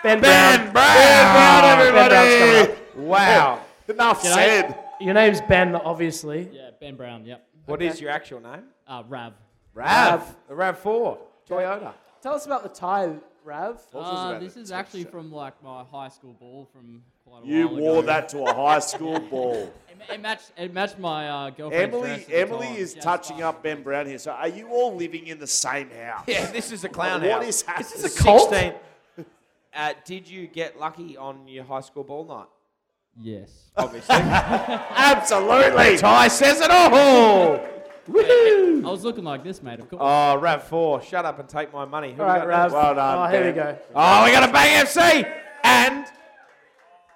C: Ben
D: Ben
C: Brown.
D: Brown,
C: Ben Brown's coming
D: everybody.
C: up.
D: Wow.
E: Enough
K: G'day.
E: said.
C: Your name's Ben, obviously.
K: Yeah, Ben Brown, yep.
D: What is your actual name?
K: Uh, Rav.
D: Rav. The Rav Four. Toyota.
C: Tell us about the tie, Rav.
E: about
I: Uh, Ah, this is actually from like my high school ball from quite a
E: You wore that to a high school ball.
I: It matched. It matched my uh, girlfriend's
E: Emily, Emily is touching up Ben Brown here. So, are you all living in the same house?
D: Yeah, this is a clown
E: What
D: house.
E: is happening?
D: This is a
E: Cult?
D: 16. Uh, did you get lucky on your high school ball night?
I: Yes.
D: Obviously.
E: Absolutely.
D: Ty says it all.
I: I was looking like this, mate. Of course.
D: Oh, Rav Four, shut up and take my money. Who
C: All
D: we
C: right,
D: got
C: Rav.
D: next?
E: Well done,
C: Oh, here we
E: Ben.
C: go.
D: Oh, we got a bang FC and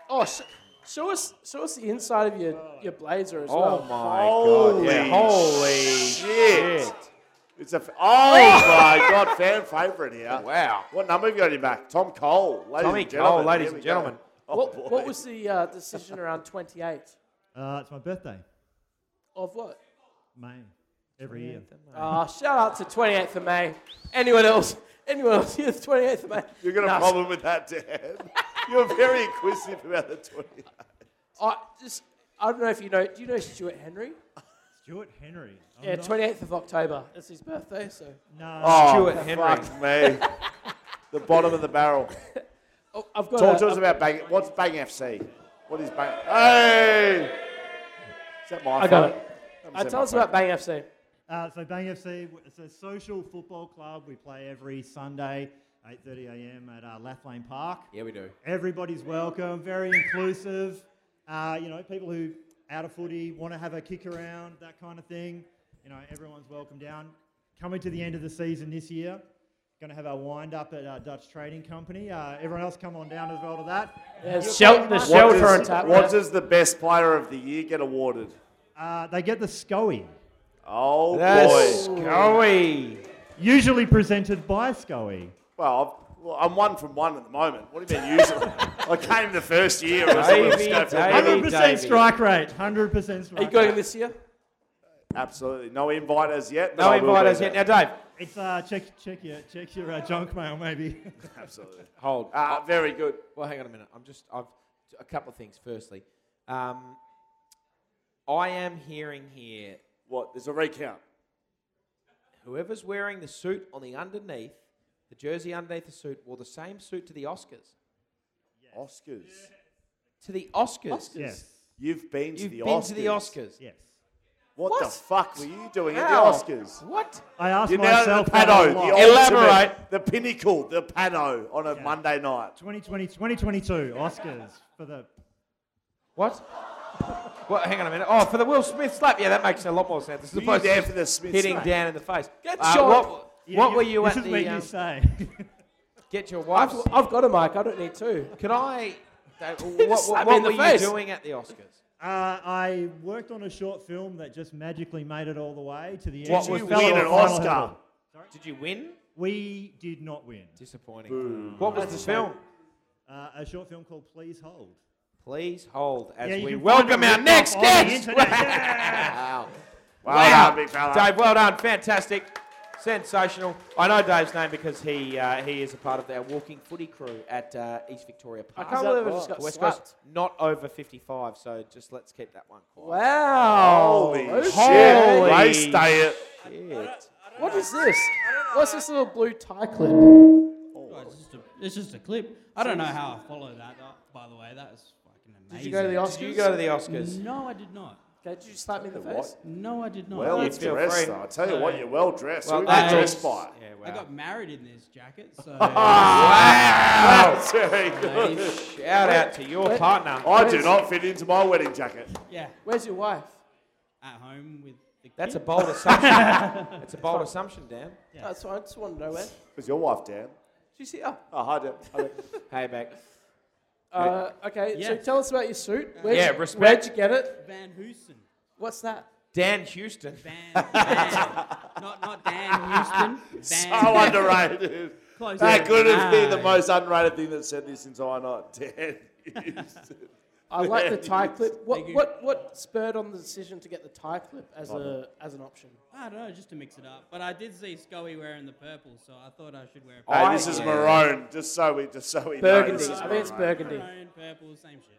C: Oh, s- Show us, show us the inside of your, your blazer as
E: Oh
C: well.
E: my
C: Holy
E: god! yeah.
C: holy
E: shit.
C: shit.
E: It's a f- oh my god fan favorite here. Wow! What number have you got him back? Tom Cole, ladies
D: Tommy
E: and gentlemen.
D: Cole, ladies
E: Here
D: and
E: we go.
D: gentlemen.
E: Oh,
C: what,
E: boy.
C: what was the uh, decision around 28
G: Uh, it's my birthday,
C: of what?
G: May, every year.
C: Ah, shout out to 28th of May. Anyone else? Anyone else here? The 28th of May.
E: You got a
C: Nah,
E: problem with that, Dan? You're very inquisitive about the 20.
C: I just, I don't know if you know. Do you know Stuart Henry?
G: Stuart Henry. I'm
C: yeah,
G: not-
C: 28th of October. It's his birthday, so.
G: No.
E: Oh,
C: Uh, Stuart
E: Fuck me. the bottom of the barrel.
C: Oh, I've got
E: Talk
C: a-
E: to us
C: a-
E: about Bang. What's Bang FC? What is Bang? Hey! Is that my
C: I got
E: phone?
C: it.
E: That
C: Uh,
E: was
C: tell
E: my
C: us about
E: phone.
C: Bang FC.
G: Uh, so Bang FC, w- it's a social football club. We play every Sunday, 8:30 a.m. at uh, Lathlane Park.
D: Yeah, we do.
G: Everybody's welcome. Very inclusive. Uh, you know, people who out of footy want to have a kick around, that kind of thing. You know, everyone's welcome down. Coming to the end of the season this year, going to have our wind up at uh, Dutch Trading Company. Uh, everyone else, come on down as well to that.
C: There's
G: You're
C: Shelton-
G: very
C: there's
G: much-
C: Shelton
E: Does-
C: on tap.
E: what does the best player of the year get awarded?
G: Uh, they get the SCOE.
E: Oh,
G: That's
E: boy.
G: SCOE. Usually presented by SCOE.
E: Well, I've, well, I'm one from one at the moment. What do you mean usually? I came the first year. It was a little
G: Davey,
E: scope for
G: Davey,
E: me.
G: 100% Davey. strike rate, 100% strike Are you going rate.
C: this year?
E: Absolutely. No invite as yet. but
D: No
E: I will
D: invite
E: be
D: as yet.
E: there.
D: Now, Dave.
G: It's uh, check check your check your uh, junk mail maybe.
E: Absolutely.
D: Hold.
E: Uh, very good.
D: Well, hang on a minute. I'm just. I've a couple of things. Firstly, um, I am hearing here.
E: What? There's a recount.
D: Whoever's wearing the suit on the underneath, the jersey underneath the suit, wore the same suit to the Oscars.
E: Oscars.
D: To the Oscars.
E: Yes. You've been to
D: You've
E: the
D: been
E: Oscars.
D: to the Oscars.
G: Yes.
E: What, the
D: What?
E: fuck were you doing
D: How?
E: at the Oscars?
D: What?
G: I asked
E: You're now
G: myself
E: the
G: that
E: paddo,
G: a lot.
E: the
G: Elaborate.
E: ultimate, the pinnacle, the paddo on a Monday night.
G: 2020 2022 Oscars for the
D: What? Well, hang on a minute. Oh, for the Will Smith slap. Yeah, that makes a lot more sense. This is
E: Were you
D: opposed to
E: there
D: just
E: for the Smith
D: hitting
E: slap?
D: down in the face.
E: Get
D: Uh,
E: shot.
D: What,
G: Yeah,
D: what
G: you-
D: were you
G: this
D: at
G: is
D: the?
G: what you
D: um,
G: say.
D: get your
C: I've,
D: wife.
C: I've got a mic. I don't need two.
D: Could I? What,
C: Just slap
D: what,
C: me in
D: what
C: the
D: were you
C: face.
D: doing at the Oscars?
G: Uh, I worked on a short film that just magically made it all the way to the
D: Did
G: end.
D: you
G: We
D: win
G: fell off
D: an
G: the
D: Oscar?
G: final hurdle.
D: Did you win?
G: We did not win.
D: Disappointing. What was the film?
G: Uh, a short film called Please Hold.
D: Please hold as
G: Yeah, you
D: we
G: can find
D: welcome
G: it
D: our
G: ripped
D: next
G: off on the
D: guest.
G: internet.
D: Wow.
E: Well
D: Wow.
E: done, big fella.
D: Dave, well done. Fantastic. Sensational. I know Dave's name because he uh, he is a part of our walking footy crew at uh, East Victoria Park.
C: can't Is that believe I just right? got
D: West Coast,
C: slapped.
D: not over 55, so just let's keep that one quiet.
C: Wow.
D: Holy
C: Oh,
D: shit.
C: shit.
D: Holy
C: Race day it.
D: shit.
C: What is this? What's this little blue tie clip?
L: Oh, it's, just a, it's just a clip. I don't know how I follow that. uh, by the way, that was fucking amazing.
C: Did you go to the Oscars?
D: you go to the Oscars?
L: No, I did not.
C: Okay, did you slap me in the
L: What?
C: face?
L: No, I did not.
E: Well, it's dressed, though. I tell you what, you're well dressed. Well, Who that
L: I-
E: dressed by? Yeah,
L: I
E: wow.
L: got married in this jacket, so.
E: Wow. That's very good.
D: Shout out to your
C: Where-
D: partner.
E: I do not fit into my wedding jacket.
L: Yeah.
C: Where's your wife?
L: At home with the
D: That's a
L: kid.
D: bold assumption. That's a bold assumption, Dan.
C: That's why I just wanted to know eh? where.
E: Was your wife Dan?
C: Did you see? Oh,
E: Oh, hi, Dan. Hi, Dan.
D: Hey, back.
C: uh, okay. So
L: Yeah.
C: tell us about your suit. Where'd
D: Yeah,
C: you,
D: respect.
C: Where'd you get it?
L: Van Hoosen.
C: What's that?
D: Dan Houston.
L: Van, Van. not, not Dan Houston. Van.
E: so underrated.
L: Close
E: that
L: enough.
E: could have been the
L: No.
E: most underrated thing that said this since I night. Dan Houston.
C: I like the
E: Dan
C: tie
E: Houston.
C: clip. What, what what spurred on the decision to get the tie clip as
E: Love
C: a as an option?
L: I don't know, just to mix it up. But I did see Scully wearing the purple, so I thought I should
C: Oh.
L: wear.
E: Hey,
L: purple.
E: this is maroon. Just so we, just so we know.
C: Burgundy.
E: this is
C: I think it's
E: maroon.
C: burgundy.
L: Maroon, purple, same shit.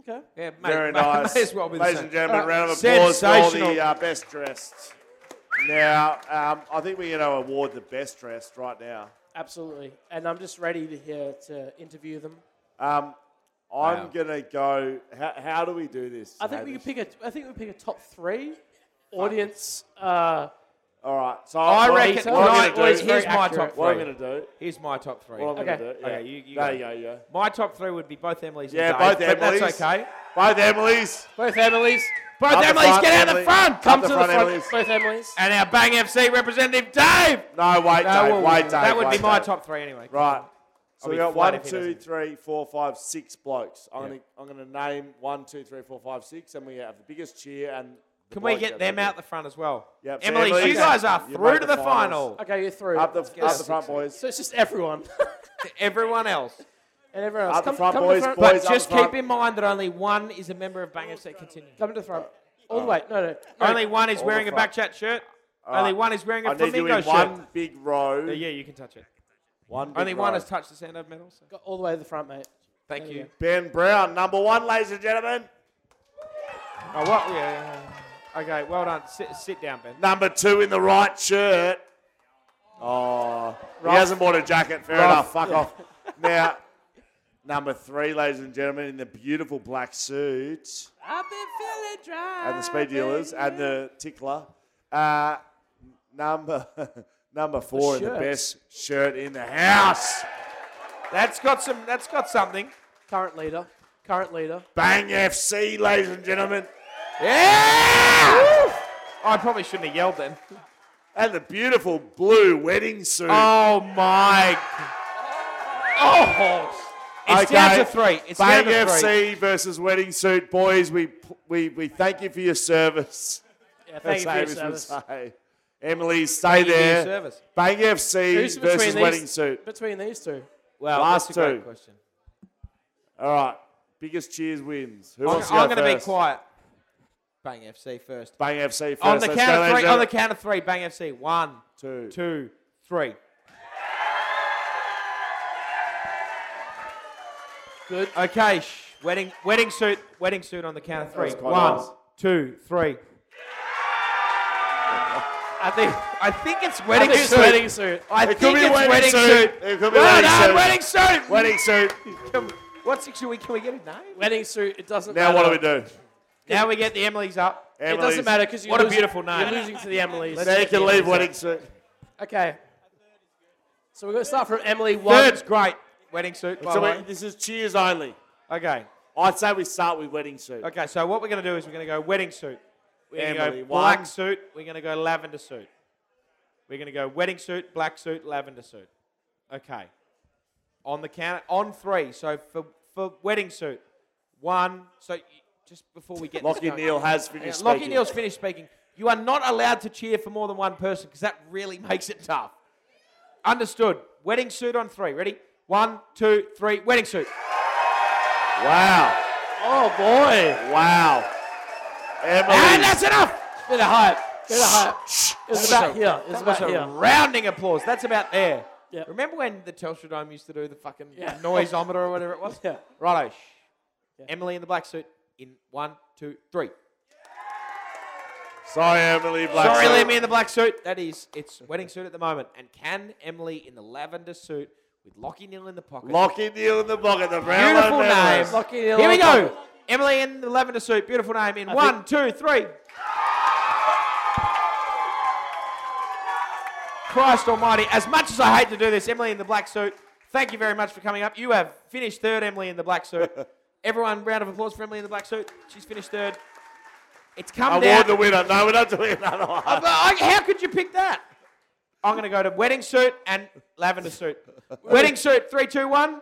C: Okay.
D: Yeah, mate,
E: Very
D: mate,
E: nice.
D: may as well be the
E: Ladies
D: same.
E: and gentlemen,
D: Uh,
E: round of applause for all the
D: sensational.
E: uh, best dressed. Now, um, I think we're going to award the best dressed right now.
C: Absolutely. And I'm just ready to here to interview them.
E: Um, I'm
C: Wow.
E: going to go. How, how do we do this?
C: I think we
E: Hamish?
C: could pick a. I think we pick a top three audience. Uh,
E: All right. So
D: I
E: what
D: reckon.
E: I'm gonna
D: nine-
E: do-
D: well, here's my top three.
E: What I'm going to do.
D: Here's my top three.
E: What I'm
D: okay.
E: gonna do, yeah.
D: Okay, you, you
E: There
D: go.
E: you go, you go.
D: My top three would be both Emily's
E: Yeah,
D: and Dave,
E: both
D: but
E: Emily's.
D: that's okay.
E: Both Emily's.
C: Both Emily's.
D: Both
E: Up the
D: Emily's,
E: front,
D: get out of the
E: Emily.
D: front.
E: Up
D: Come
E: the
D: to
E: front,
D: the front.
E: Emily's.
C: both Emily's.
D: And our Bang FC representative, Dave.
E: No, wait,
D: That
E: Dave.
D: will-
E: wait, Dave.
D: that would be
E: wait,
D: my
E: Dave.
D: top three anyway.
E: Right. So we got one, two, three, four, five, six blokes. I'm
D: Yeah.
E: gonna I'm gonna name one, two, three, four, five, six, and we have the biggest cheer and. the
D: Can we
E: bloke
D: get
E: that-
D: them out the front as well?
E: Yep, so
D: Emily,
E: Emily,
D: you
E: okay.
D: guys are
E: You
D: through
E: made
D: to
E: the
D: the
E: finals.
D: final.
C: Okay, you're through.
E: Up the-
C: Let's
E: up
C: go.
E: the front, boys.
C: So it's just everyone.
D: everyone else.
C: And everyone else.
D: Up the
C: Come-
D: front,
C: come to
D: boys,
C: the front.
D: boys, But up just the front. keep in mind that only one is a member of Bang FC. Continue.
C: Come to the front. All the way. No, no. no.
D: Only one is
C: Uh, All
D: wearing
C: the
D: a
C: front.
D: back chat shirt.
C: All
D: Only
C: right.
D: one is wearing a
C: I need you
D: flamingo
C: in
D: shirt.
C: one
E: big row.
D: Yeah, you can touch it.
E: One.
D: Only
E: big
D: one
E: row.
D: has touched the Sandow medal. So.
C: Go all the way to the front, mate.
D: Thank
C: There
D: you.
C: we go.
E: Ben Brown, number one, ladies and gentlemen.
D: Oh, what? Yeah, yeah, yeah. Okay, well done. Sit, sit down, Ben.
E: Number two in the right shirt. Oh,
D: Rough.
E: he hasn't bought a jacket. Fair enough.
D: Rough.
E: Fuck
D: Yeah.
E: off. Now, number three, ladies and gentlemen, in the beautiful black suit.
F: I've been feeling dry.
E: and the speed dealers and the tickler. Uh, number number four in the
D: shirts.
E: best shirt in the house.
D: That's got some. That's got something.
C: Current leader. Current leader.
E: Bang FC, ladies and gentlemen.
D: Yeah! I probably shouldn't have yelled then.
E: And the beautiful blue wedding suit.
D: Oh my! Oh, it's down to three. It's
E: Bang
D: down to three.
E: FC versus wedding suit, boys. We we we thank you for your service.
C: Yeah, thank you for your
E: As Amos would
C: service.
E: say. Emily, stay
C: Thank you for your
E: there.
C: service.
E: Bang FC
C: Who's between
E: versus
C: these-
E: wedding suit.
C: Between these two.
D: Wow,
E: last
D: that's a great
E: two.
D: question.
E: All right, biggest cheers wins. Who
D: I'm,
E: wants to
D: I'm
E: go
D: gonna be
E: first?
D: quiet. Bang FC first.
E: Bang FC first.
D: on the
E: Let's
D: count
E: go,
D: of
E: ladies
D: three.
E: and
D: On the
E: gentlemen.
D: count of three. Bang FC. One,
E: two,
D: two, three.
C: Good.
D: Okay. Shh. Wedding wedding suit. Wedding suit on the count of three.
C: That's quite
D: One,
C: nice.
D: two, three. I think I think it's wedding
C: I think it's
D: suit.
C: wedding suit.
D: I
C: It could
D: think
C: be
D: it's
C: wedding
D: wedding
C: suit.
D: suit.
C: It could be
D: well
C: wedding suit.
D: done,
C: Wedding
D: wedding
E: suit.
D: Wedding suit. What's it? Should we? Can we get a name?
C: Wedding suit. It doesn't
E: Now what do
C: matter.
E: we do?
D: Now we get the Emily's up.
C: It doesn't matter because
D: what a beautiful name.
C: You're losing to the Emily's.
E: Now you can leave wedding suit.
C: Okay. So we're going to start from Emily one.
D: Third's great. Wedding suit. By
E: So
D: the
E: we,
D: way.
E: this is cheers only.
D: Okay.
E: I'd say we start with wedding suit.
D: Okay. So what we're going to do is we're going to go wedding suit. We're going to
E: Emily,
D: go black
E: one.
D: suit. We're going to go lavender suit. We're going to go wedding suit, black suit, lavender suit. Okay. On the count, on three. So for for wedding suit, one. So y- just before we get this
E: Lachie
D: going-
E: Neal has
D: Hang on,
E: finished
D: Lachie
E: speaking.
D: Neal's finished speaking. You are not allowed to cheer for more than one person because that really makes it tough. Understood. Wedding suit on three. Ready? One, two, three. Wedding suit.
E: Wow.
C: Oh boy.
E: Wow. Emily.
D: And that's enough.
C: Oh. Bit of hype. Bit of hype. It's about here. It's
D: that was
C: about
D: a
C: here.
D: rounding applause. That's about there. Remember when the Telstra Dome used to do the fucking
C: Yeah.
D: noiseometer or whatever it was?
C: Yeah.
D: Righto. Shh. Emily in the black suit. In one, two, three.
E: Sorry, Emily. Black
D: Sorry,
E: suit.
D: Emily in the black suit. That is, it's wedding suit at the moment. And can Emily in the lavender suit with Lockie Neal in the pocket?
E: Lachie Neal in the pocket. The brown
D: Beautiful
E: line
D: name.
E: medalist.
D: Here we go. Emily in the lavender suit. Beautiful name. In one, two, three. Christ Almighty. As much as I hate to do this, Emily in the black suit. Thank you very much for coming up. You have finished third, Emily in the black suit. Everyone, round of applause for Emily in the black suit. She's finished third. It's come
E: Award
D: down.
E: the winner. No, we're not doing another one.
D: Uh, but I- how could you pick that? I'm going to go to wedding suit and lavender suit. wedding suit, three, two, one.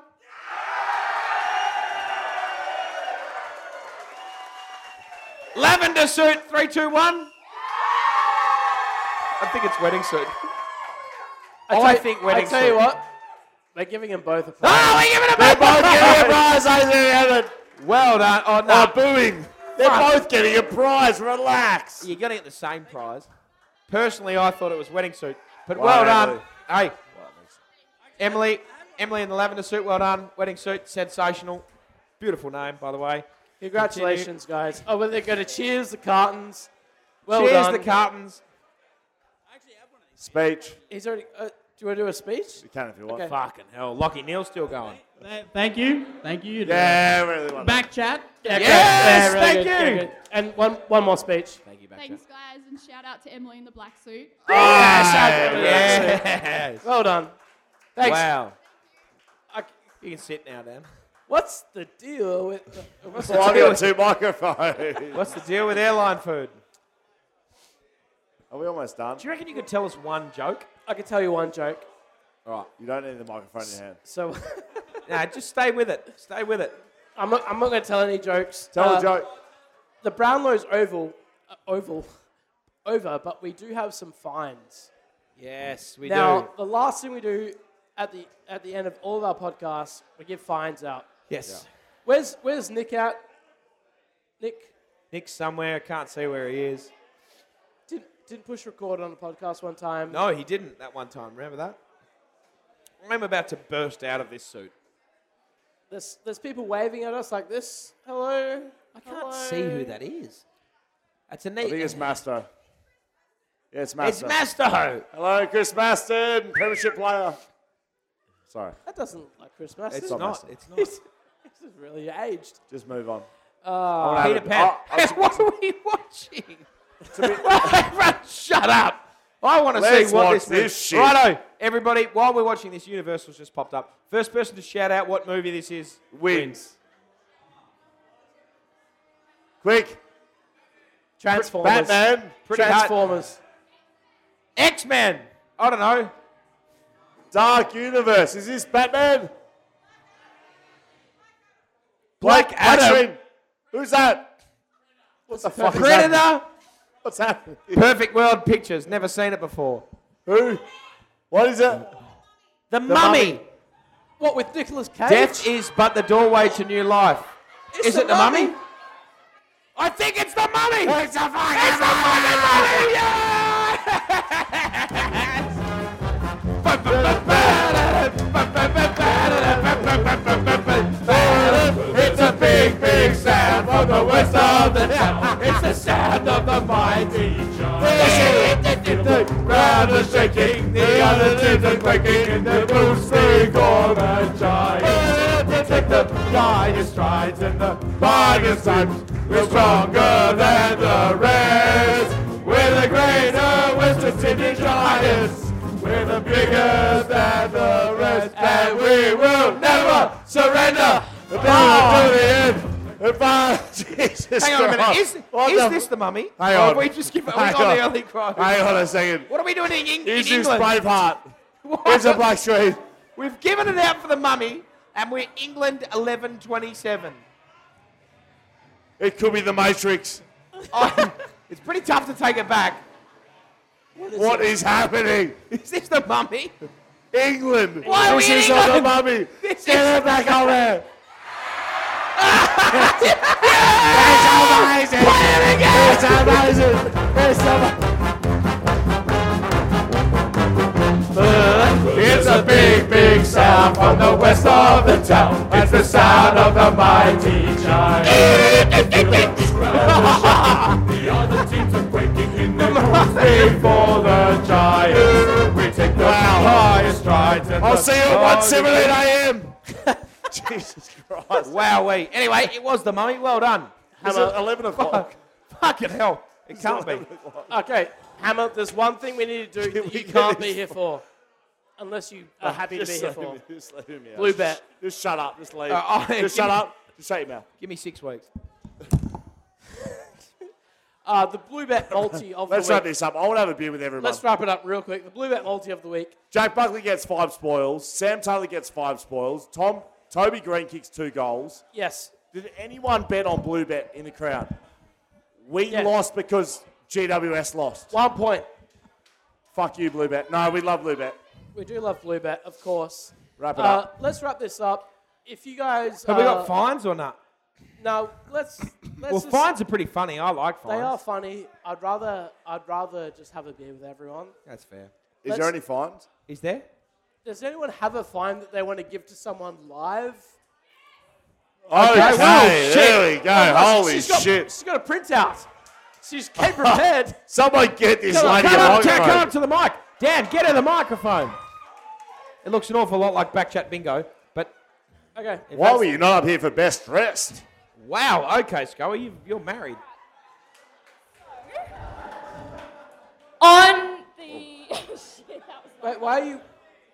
D: Lavender suit, three, two, one. I think it's wedding suit.
C: I,
D: I
C: tell-
D: think wedding
C: I tell you
D: suit.
C: what. They're giving him both a prize.
D: Oh, we're giving a
C: They're both
D: both
C: getting a prize,
E: ladies and gentlemen.
D: Well done. Oh,
E: Oh,
D: no.
E: booing. They're both getting a prize. Relax.
D: You're going to get the same prize. Personally, I thought it was wedding suit, but
E: Wow,
D: well done.
E: Emily.
D: Hey, Emily, Emily in the lavender suit. Well done. Wedding suit, sensational. Beautiful name, by the way.
C: Congratulations, guys. Oh, well, they're going to cheers the cartons. Well
D: Cheers,
C: done.
D: the cartons.
E: Speech.
C: He's already. Uh, do you want to do a speech? You
E: can if you
C: want. Okay.
D: Fucking hell, Lockie Neal's still going.
L: Th- Thank you. Thank you. to-
E: Yeah, really well
L: Back chat.
C: Yeah,
D: Yes,
C: great. Yeah,
D: thank
C: good,
D: you.
C: yeah, good. And one, one more speech. Oh, Thank you,
J: Thanks, guys, and shout out to Emily in the black suit.
D: Yes.
C: Well done. Thanks.
D: Wow.
C: I-
D: You can sit now, Dan.
C: What's the deal with? What's the
E: Well, I've
C: deal with-
E: got two microphones.
D: What's the deal with airline food?
E: Are we almost done?
D: Do you reckon you could tell us one joke?
C: I can tell you one joke.
E: All right. You don't need the microphone in your hand.
C: So,
D: Nah, just stay with it. Stay with it.
C: I'm not, I'm not going to tell any jokes.
D: Tell a
C: Uh,
D: joke.
C: The Brownlow's oval, uh, oval, over, but we do have some fines.
D: Yes, we
C: now,
D: do.
C: the last thing we do at the at the end of all of our podcasts, we give fines out.
D: Yes.
C: Where's Where's Nick at? Nick
D: Nick's somewhere. Can't see where he is.
C: didn't didn't push record on the podcast one time.
D: No, he didn't that one time. Remember that? I'm about to burst out of this suit.
C: There's There's people waving at us like this. Hello. I can't
D: see who that is. That's a neat.
E: I think it's Master. Yeah, it's
D: It's
E: Master.
D: Masto.
E: Hello, Chris Maston, Premiership player. Sorry,
C: That doesn't look like Christmas.
E: It's It's not not. Maston. It's
D: not.
C: this is really aged.
E: just move on. I wanna
C: Uh,
E: have a- I- I-
D: what are we watching? Everyone shut up. I want to
E: Let's
D: see what
E: watch
D: this,
E: this
D: is.
E: shit.
D: Righto, everybody. While we're watching this, Universal's just popped up. First person to shout out what movie this is wins.
E: Quick.
C: Transformers.
D: Batman. Pretty hard.
C: Transformers.
D: X Men. I don't know.
E: Dark Universe. Is this Batman?
D: Blake Adam.
E: Adam. Who's that? What the
D: fuck is Predator? that?
E: What's happening?
D: Perfect World Pictures. Never seen it before.
E: Who? What is it?
D: The, Mummy.
E: Mummy.
C: What with Nicolas Cage?
D: Death is but the doorway to new life. is it the mummy? I think it's the mummy. It's the fucking mummy.
F: It's a big, big sound from the west of the town. It's the sound of the mighty giant. Ground is shaking, the other teams are quaking, and the boots they go the giant. Take the giant strides and the biggest times. We're stronger than the rest. We're the greater Western Sydney Giants. We're the biggest than the rest, and we will never surrender. Power to the end. And power- Jesus
D: Ah. Hang on a minute.
F: Christ.
D: Is,
F: What
D: is
F: the-
D: this the mummy?
E: Hang on.
D: Or have we just give, are we
E: Hang
D: on, the
E: on.
D: early cry?
E: Hang on a second.
D: What are we doing in, Eng- in
E: Is this
D: England?
E: Braveheart?
D: What?
E: Where's the black sheep?
D: We've given it out for the mummy, and we're England 11-27.
E: It could be the Matrix.
D: I- it's pretty tough to take it back.
E: What is happening?
D: Is this the mummy?
E: England.
D: Why are we
E: this
D: in
E: is
D: England?
E: on the mummy.
D: This
E: Get
D: is-
E: it back on there.
F: It's amazing. It's amazing. It's amazing. Uh, It's a big, big sound from the west of the town. It's the sound of the mighty giant. the other teams are quaking in the mistake for the giants. We take the highest strides. and
E: I'll
F: the
E: see you at 178
F: strongest-
E: a.m. Jesus Christ.
D: Wow, we. Anyway, it was the mummy. Well done.
E: Is it 11 o'clock?
D: Fucking hell. It can't be.
C: Okay, Hammer, there's one thing we need to do that you
E: get
C: can't
E: this
C: be here for. Unless you are happy to be
E: Just
C: here
E: let
C: for.
E: him- Just let him out.
C: Blue bet. oh,
E: Just shut up. Just leave.
D: Uh, I-
E: just
D: give
E: shut
D: me-
E: up. Just shut your mouth.
D: Give me six weeks.
C: Uh, the Blue Bet multi of the
E: Let's
C: week.
E: wrap this up. I want to have a beer with everyone.
C: Let's wrap it up real quick. The Blue Bet multi of the week.
E: Jack Buckley gets five spoils. Sam Taylor gets five spoils. Tom Toby Green kicks two goals.
C: Yes.
E: Did anyone bet on Blue Bet in the crowd? We
C: Yeah.
E: lost because GWS lost.
C: One point.
E: Fuck you, Blue Bet. No, we love Blue Bet.
C: We do love Blue Bet, of course.
E: Wrap it
C: uh,
E: up.
C: Let's wrap this up. If you guys.
D: Have we got
C: uh,
D: fines or not?
C: No, let's. let's
D: Well,
C: just-
D: fines are pretty funny. I like
C: They
D: fines.
C: are funny. I'd rather, I'd rather just have a beer with everyone.
D: That's fair.
E: Is there
C: Let's-
E: any fines?
D: Is there?
C: Does anyone have a fine that they want to give to someone live?
E: Oh, Okay,
D: well,
E: there we
D: shit.
E: go.
C: Oh, no,
E: Holy
C: she's got-
E: shit.
C: She's got a printout. She's came prepared.
E: Someone get this
D: Come on,
E: lady
D: come,
E: a
D: up, to,
E: microphone.
D: come up to the mic. Dan, get her the microphone. It looks an awful lot like Backchat Bingo, but
C: okay.
E: Why were you not up here for best dressed?
D: Wow. Okay, Scully, you, you're married.
M: On the shit, that was
C: Wait, why are you?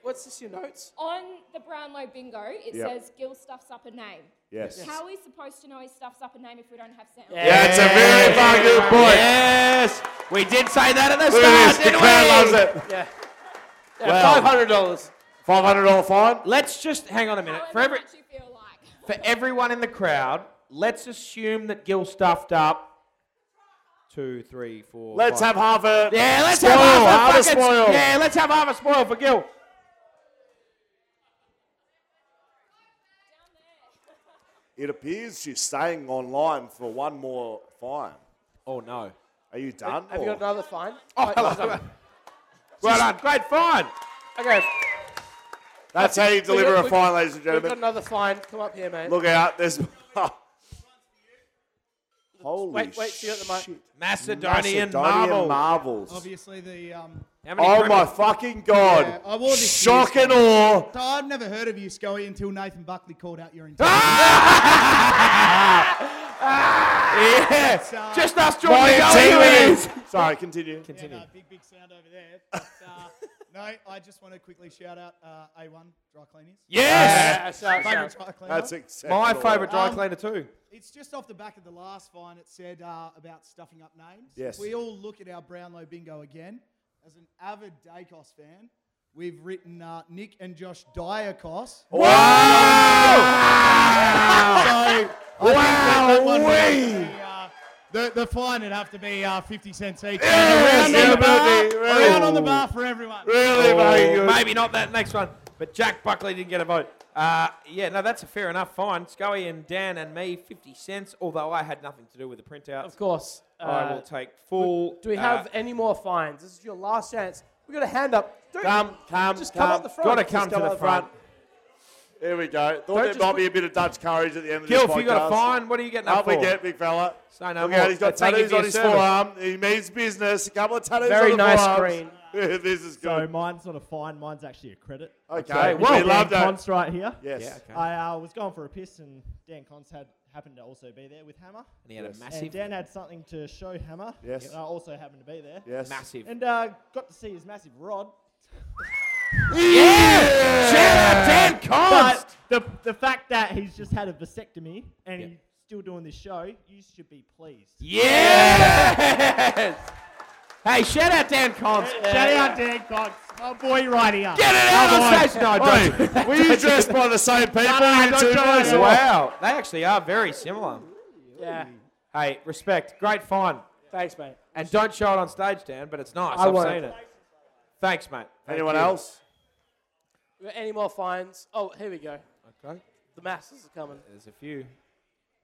C: What's this? Your notes?
M: on the Brownlow bingo. It
E: Yep.
M: says Gil stuffs up a name.
E: Yes. Yes.
M: How are we supposed to know he stuffs up a name if we don't have sound?
E: Yeah, it's a very fucking good point.
D: Yes, we did say that at the
E: Look
D: start,
E: at this. The
D: didn't
E: crowd loves
D: we?
E: it.
C: Yeah.
E: Wow.
C: Five hundred dollars.
E: Five hundred dollar fine.
D: Let's just hang on a minute. For every, for everyone in the crowd, let's assume that Gil stuffed up. Two, three, four.
E: Let's
D: five.
E: have half a
D: Yeah, let's
E: spoil,
D: have half a,
E: half a
D: fucking-
E: spoil.
D: Yeah, let's have half a spoil for Gil.
E: It appears she's staying online for one more fine.
D: Oh no.
E: Are you done?
C: Have you
E: or-
C: got another fine?
D: Oh, hello. Well done. Great fine.
C: Okay.
E: That's how you
C: We've got-
E: deliver a
C: we've-
E: fine, ladies and
C: We've got
E: gentlemen.
C: another fine. Come up here, mate.
E: Look out, there's Holy
C: Wait, wait, you got the mic.
E: shit.
D: Macedonian,
E: Macedonian
D: marble.
E: marbles.
L: Obviously, the um.
D: How many
E: Oh
D: cricket-
E: my fucking god!
D: Yeah,
L: I wore this
E: Shock
L: year's-
E: and awe.
L: So I've never heard of you, Scully, until Nathan Buckley called out your.
E: yeah,
L: uh,
D: just us
E: My
D: joining
E: team is- Sorry, continue.
D: Continue.
L: big, big sound over there. But, uh, no, I just want to quickly shout out uh, A1 Dry Cleaners.
D: Yes!
L: Uh,
D: Yeah, shout,
L: favourite
D: shout.
L: dry cleaner. Um,
D: That's acceptable. My favourite dry cleaner too.
L: It's just off the back of the last fine. It said uh, about stuffing up names.
D: Yes.
L: We all look at our Brownlow bingo again. As an avid Dacos fan, we've written uh, Nick and Josh Diakos.
E: Oh.
L: Wow! so, I think that that one
E: Wowee!
L: would be, uh, the, the fine would have to be uh, 50 cents each.
D: Yes,
L: Round on the bar-
D: definitely, really.
L: round on the bar for everyone.
D: Oh,
E: mate, you-
D: Maybe not that next one, but Jack Buckley didn't get a vote. Uh, yeah, no, that's a fair enough fine. Scully and Dan and me, 50 cents, although I had nothing to do with the printout. Of
C: course.
D: I
C: uh,
D: will take full.
C: Do we
D: uh,
C: have any more fines? This is your last chance. We've got a hand up. Don't
E: Come, come,
C: just come, up the front.
E: Gotta
C: Just
E: come to
C: up
E: the front. There we go. Thought
C: Don't
E: there
C: just
E: might
C: put-
E: be a bit of Dutch courage at the end of
D: Gilf,
E: this podcast.
D: you got a fine? What are you getting up
E: Up we
D: for?
E: get, big fella.
D: Say no
E: Look
D: more.
E: out, he's got
D: But thank you
E: tattoos
D: for your
E: on his
D: service.
E: forearm. He means business. A couple of tattoos
C: Very
E: on the
C: nice
E: forearms.
C: screen.
E: this is good.
N: So mine's not a fine, mine's actually a credit.
E: Okay,
N: So
E: well,
N: Dan
E: we love that.
N: Const right here.
E: Yes. Yeah, okay.
N: I uh, was going for a piss, and Dan Const had happened to also be there with Hammer.
D: And he had a Yes.
N: And
D: massive-
N: Dan had something to show Hammer.
E: Yes.
N: And I also happened to be there.
E: Yes. Massive.
N: And uh, got to see his massive rod.
D: Yeah! Shout out Dan Const!
N: But the, the fact that he's just had a vasectomy and he's still doing this show, you should be pleased.
D: Yes! hey, shout out Dan Cons.
N: Shout out Dan Cox, my boy right here.
D: Get it out
N: My boy.
D: on stage. No,
E: Oi,
D: don't.
E: were you dressed by the same people,
D: No, no,
E: you
D: don't
E: two
D: try
E: blokes?
D: that. Wow, they actually are very similar.
C: Yeah.
D: Hey, respect. Great fine.
C: Thanks, mate.
D: And don't show it on stage, Dan, but it's nice.
C: I
D: I've
C: won't.
D: seen it. Thanks, mate. Thank
E: Anyone
D: you.
E: else?
C: We got Any more fines? Oh, here we go.
D: Okay.
C: The masses are coming.
D: There's a few.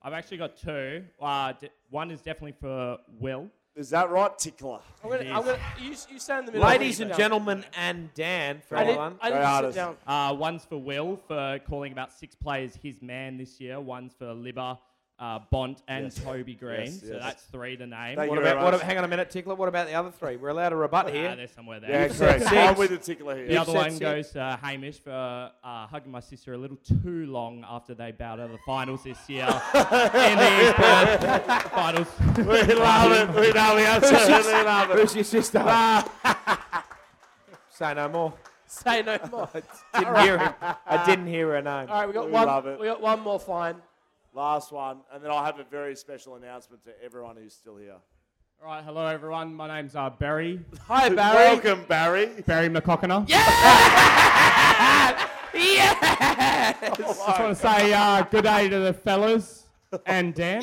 K: I've actually got two. Uh, d- one is definitely for Will.
E: Is that right, tickler?
C: I'm gonna, I'm gonna, you, you stand in the middle.
D: Ladies and
C: Down.
D: gentlemen and Dan for
C: I did-
D: one.
C: I didn't Go sit hardest. down.
K: Uh, one's for Will for calling about six players his man this year. One's for Libba, uh, Bont, and
D: Yes.
K: Toby Green.
D: Yes,
K: So
D: yes.
K: that's three to name.
D: What about, what, ab- hang on a minute, Tickler. What about the other three? We're allowed to rebut
K: Ah,
D: here.
K: they're somewhere there.
D: Yeah,
K: You've
D: correct.
K: said
D: Six.
K: six. The
D: You've
K: other
D: said
K: one
D: six.
K: goes uh, Hamish for uh, hugging my sister a little too long after they bowed out of the finals this year in the Eastbourne finals.
E: We love it. We know the answer. We love it.
D: Who's your sister? Say no more.
C: Say no more.
D: Didn't hear him. I didn't hear her name.
C: All right, we got
E: We
C: one.
E: love it.
C: We got one more fine.
E: Last one, and then I'll have a very special announcement to everyone who's still here.
K: All right, hello everyone. My name's uh, Barry.
C: Hi,
K: Barry.
E: Welcome, Barry.
K: Barry McCockiner.
D: Yes!
K: Just want to say uh, good day to the fellas and Dan.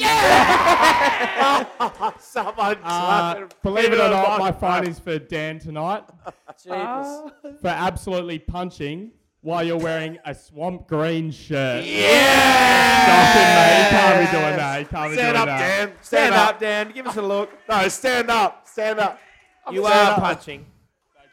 E: Someone
K: Uh,
E: clap.
K: believe it or not, my
E: Clap.
K: phone is for Dan tonight Uh,
C: Jesus.
K: for absolutely punching while you're wearing a swamp green shirt. Yeah! Stop it, mate. You can't be doing that. You can't be
E: Stand
K: doing
E: up,
K: that.
E: Dan. Stand,
D: Stand
E: up.
D: up, Dan. Give us a look.
E: No, stand up. Stand up.
D: You
E: Stand
D: are
E: up.
D: punching.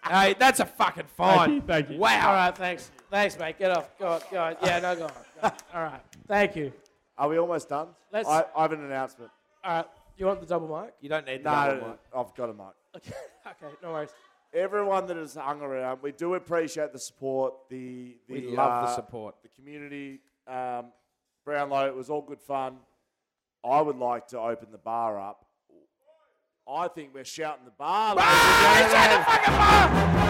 D: Hey, that's a fucking fine.
K: Thank you, thank you.
D: Wow.
C: All right, thanks. Thanks, mate. Get off. Go on. Go on. Yeah, no, go on. Go on. All right. Thank you.
E: Are we almost done?
C: Let's-
E: I, I have an announcement.
C: All right. You want the double mic?
D: You don't need that.
E: No, I've got a mic.
C: Okay, no worries.
E: Everyone that has hung around, we do appreciate the support. The, the
D: We love the
E: uh,
D: support.
E: The community, um, Brownlow, it was all good fun. I would like to open the bar up. I think we're shouting the bar. ladies and gentlemen.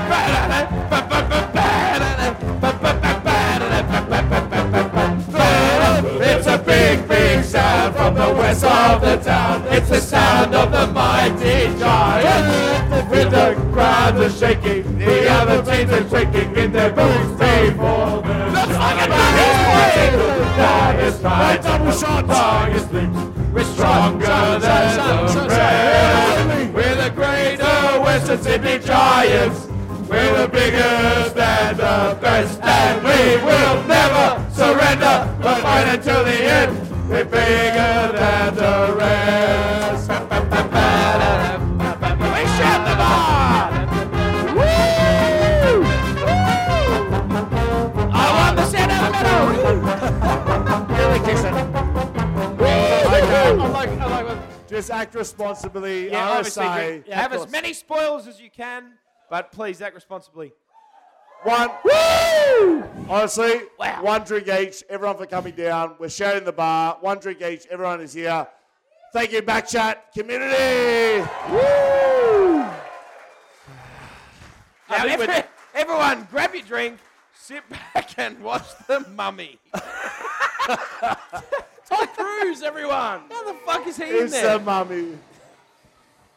F: It's a big, big sound from the west of the town. It's the sound of the mighty giant. With the crowd is shaking, the other teams are shaking in their boots. They Biggest fight, double shot, biggest leaps. We're stronger than the rest. We're the greater Western Sydney Giants. We're the biggest and the best, and we will never surrender. We'll fight until the end. We're bigger than the rest. We shout them on. Woo! I want the center medal. Billy Dixon.
E: I like, I like, what- just act responsibly.
D: Yeah, obviously,
E: RSA.
D: drink- have as many spoils as you can, but please act responsibly.
E: One. Honestly, one drink each. Everyone for coming down. We're sharing the bar. One drink each. Everyone is here. Thank you, Backchat community. Woo!
D: Now, every- everyone, grab your drink, sit back, and watch the mummy. Tom Cruise, everyone. How the fuck is he in
E: It's
D: there?
E: the mummy.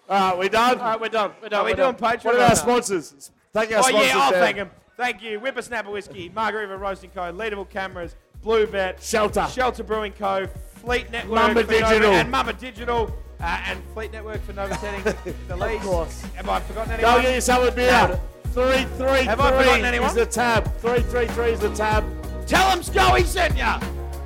E: All right, we done.
D: All right, we're done. We're done.
E: Are we
D: we're
E: doing
D: done.
E: Patreon What about our sponsors? Thank our
D: oh,
E: sponsors,
D: yeah, I'll
E: Dan.
D: thank them. Thank you. Whippersnapper Whiskey, Margarita Roasting Co., Leadable Cameras, Blue Vet,
E: Shelter.
D: Shelter Brewing Co., Fleet Network,
E: Mumba
D: for Nova-
E: Digital.
D: and Mumba Digital, uh, and Fleet Network for Nova Setting the lease. Of course. Have I forgotten anyone?
E: Go get yourself a beer. Three, three,
D: Have I
E: three
D: forgotten anyone?
E: is the tab. Three, three, three is the tab.
D: Tell them Scully sent ya.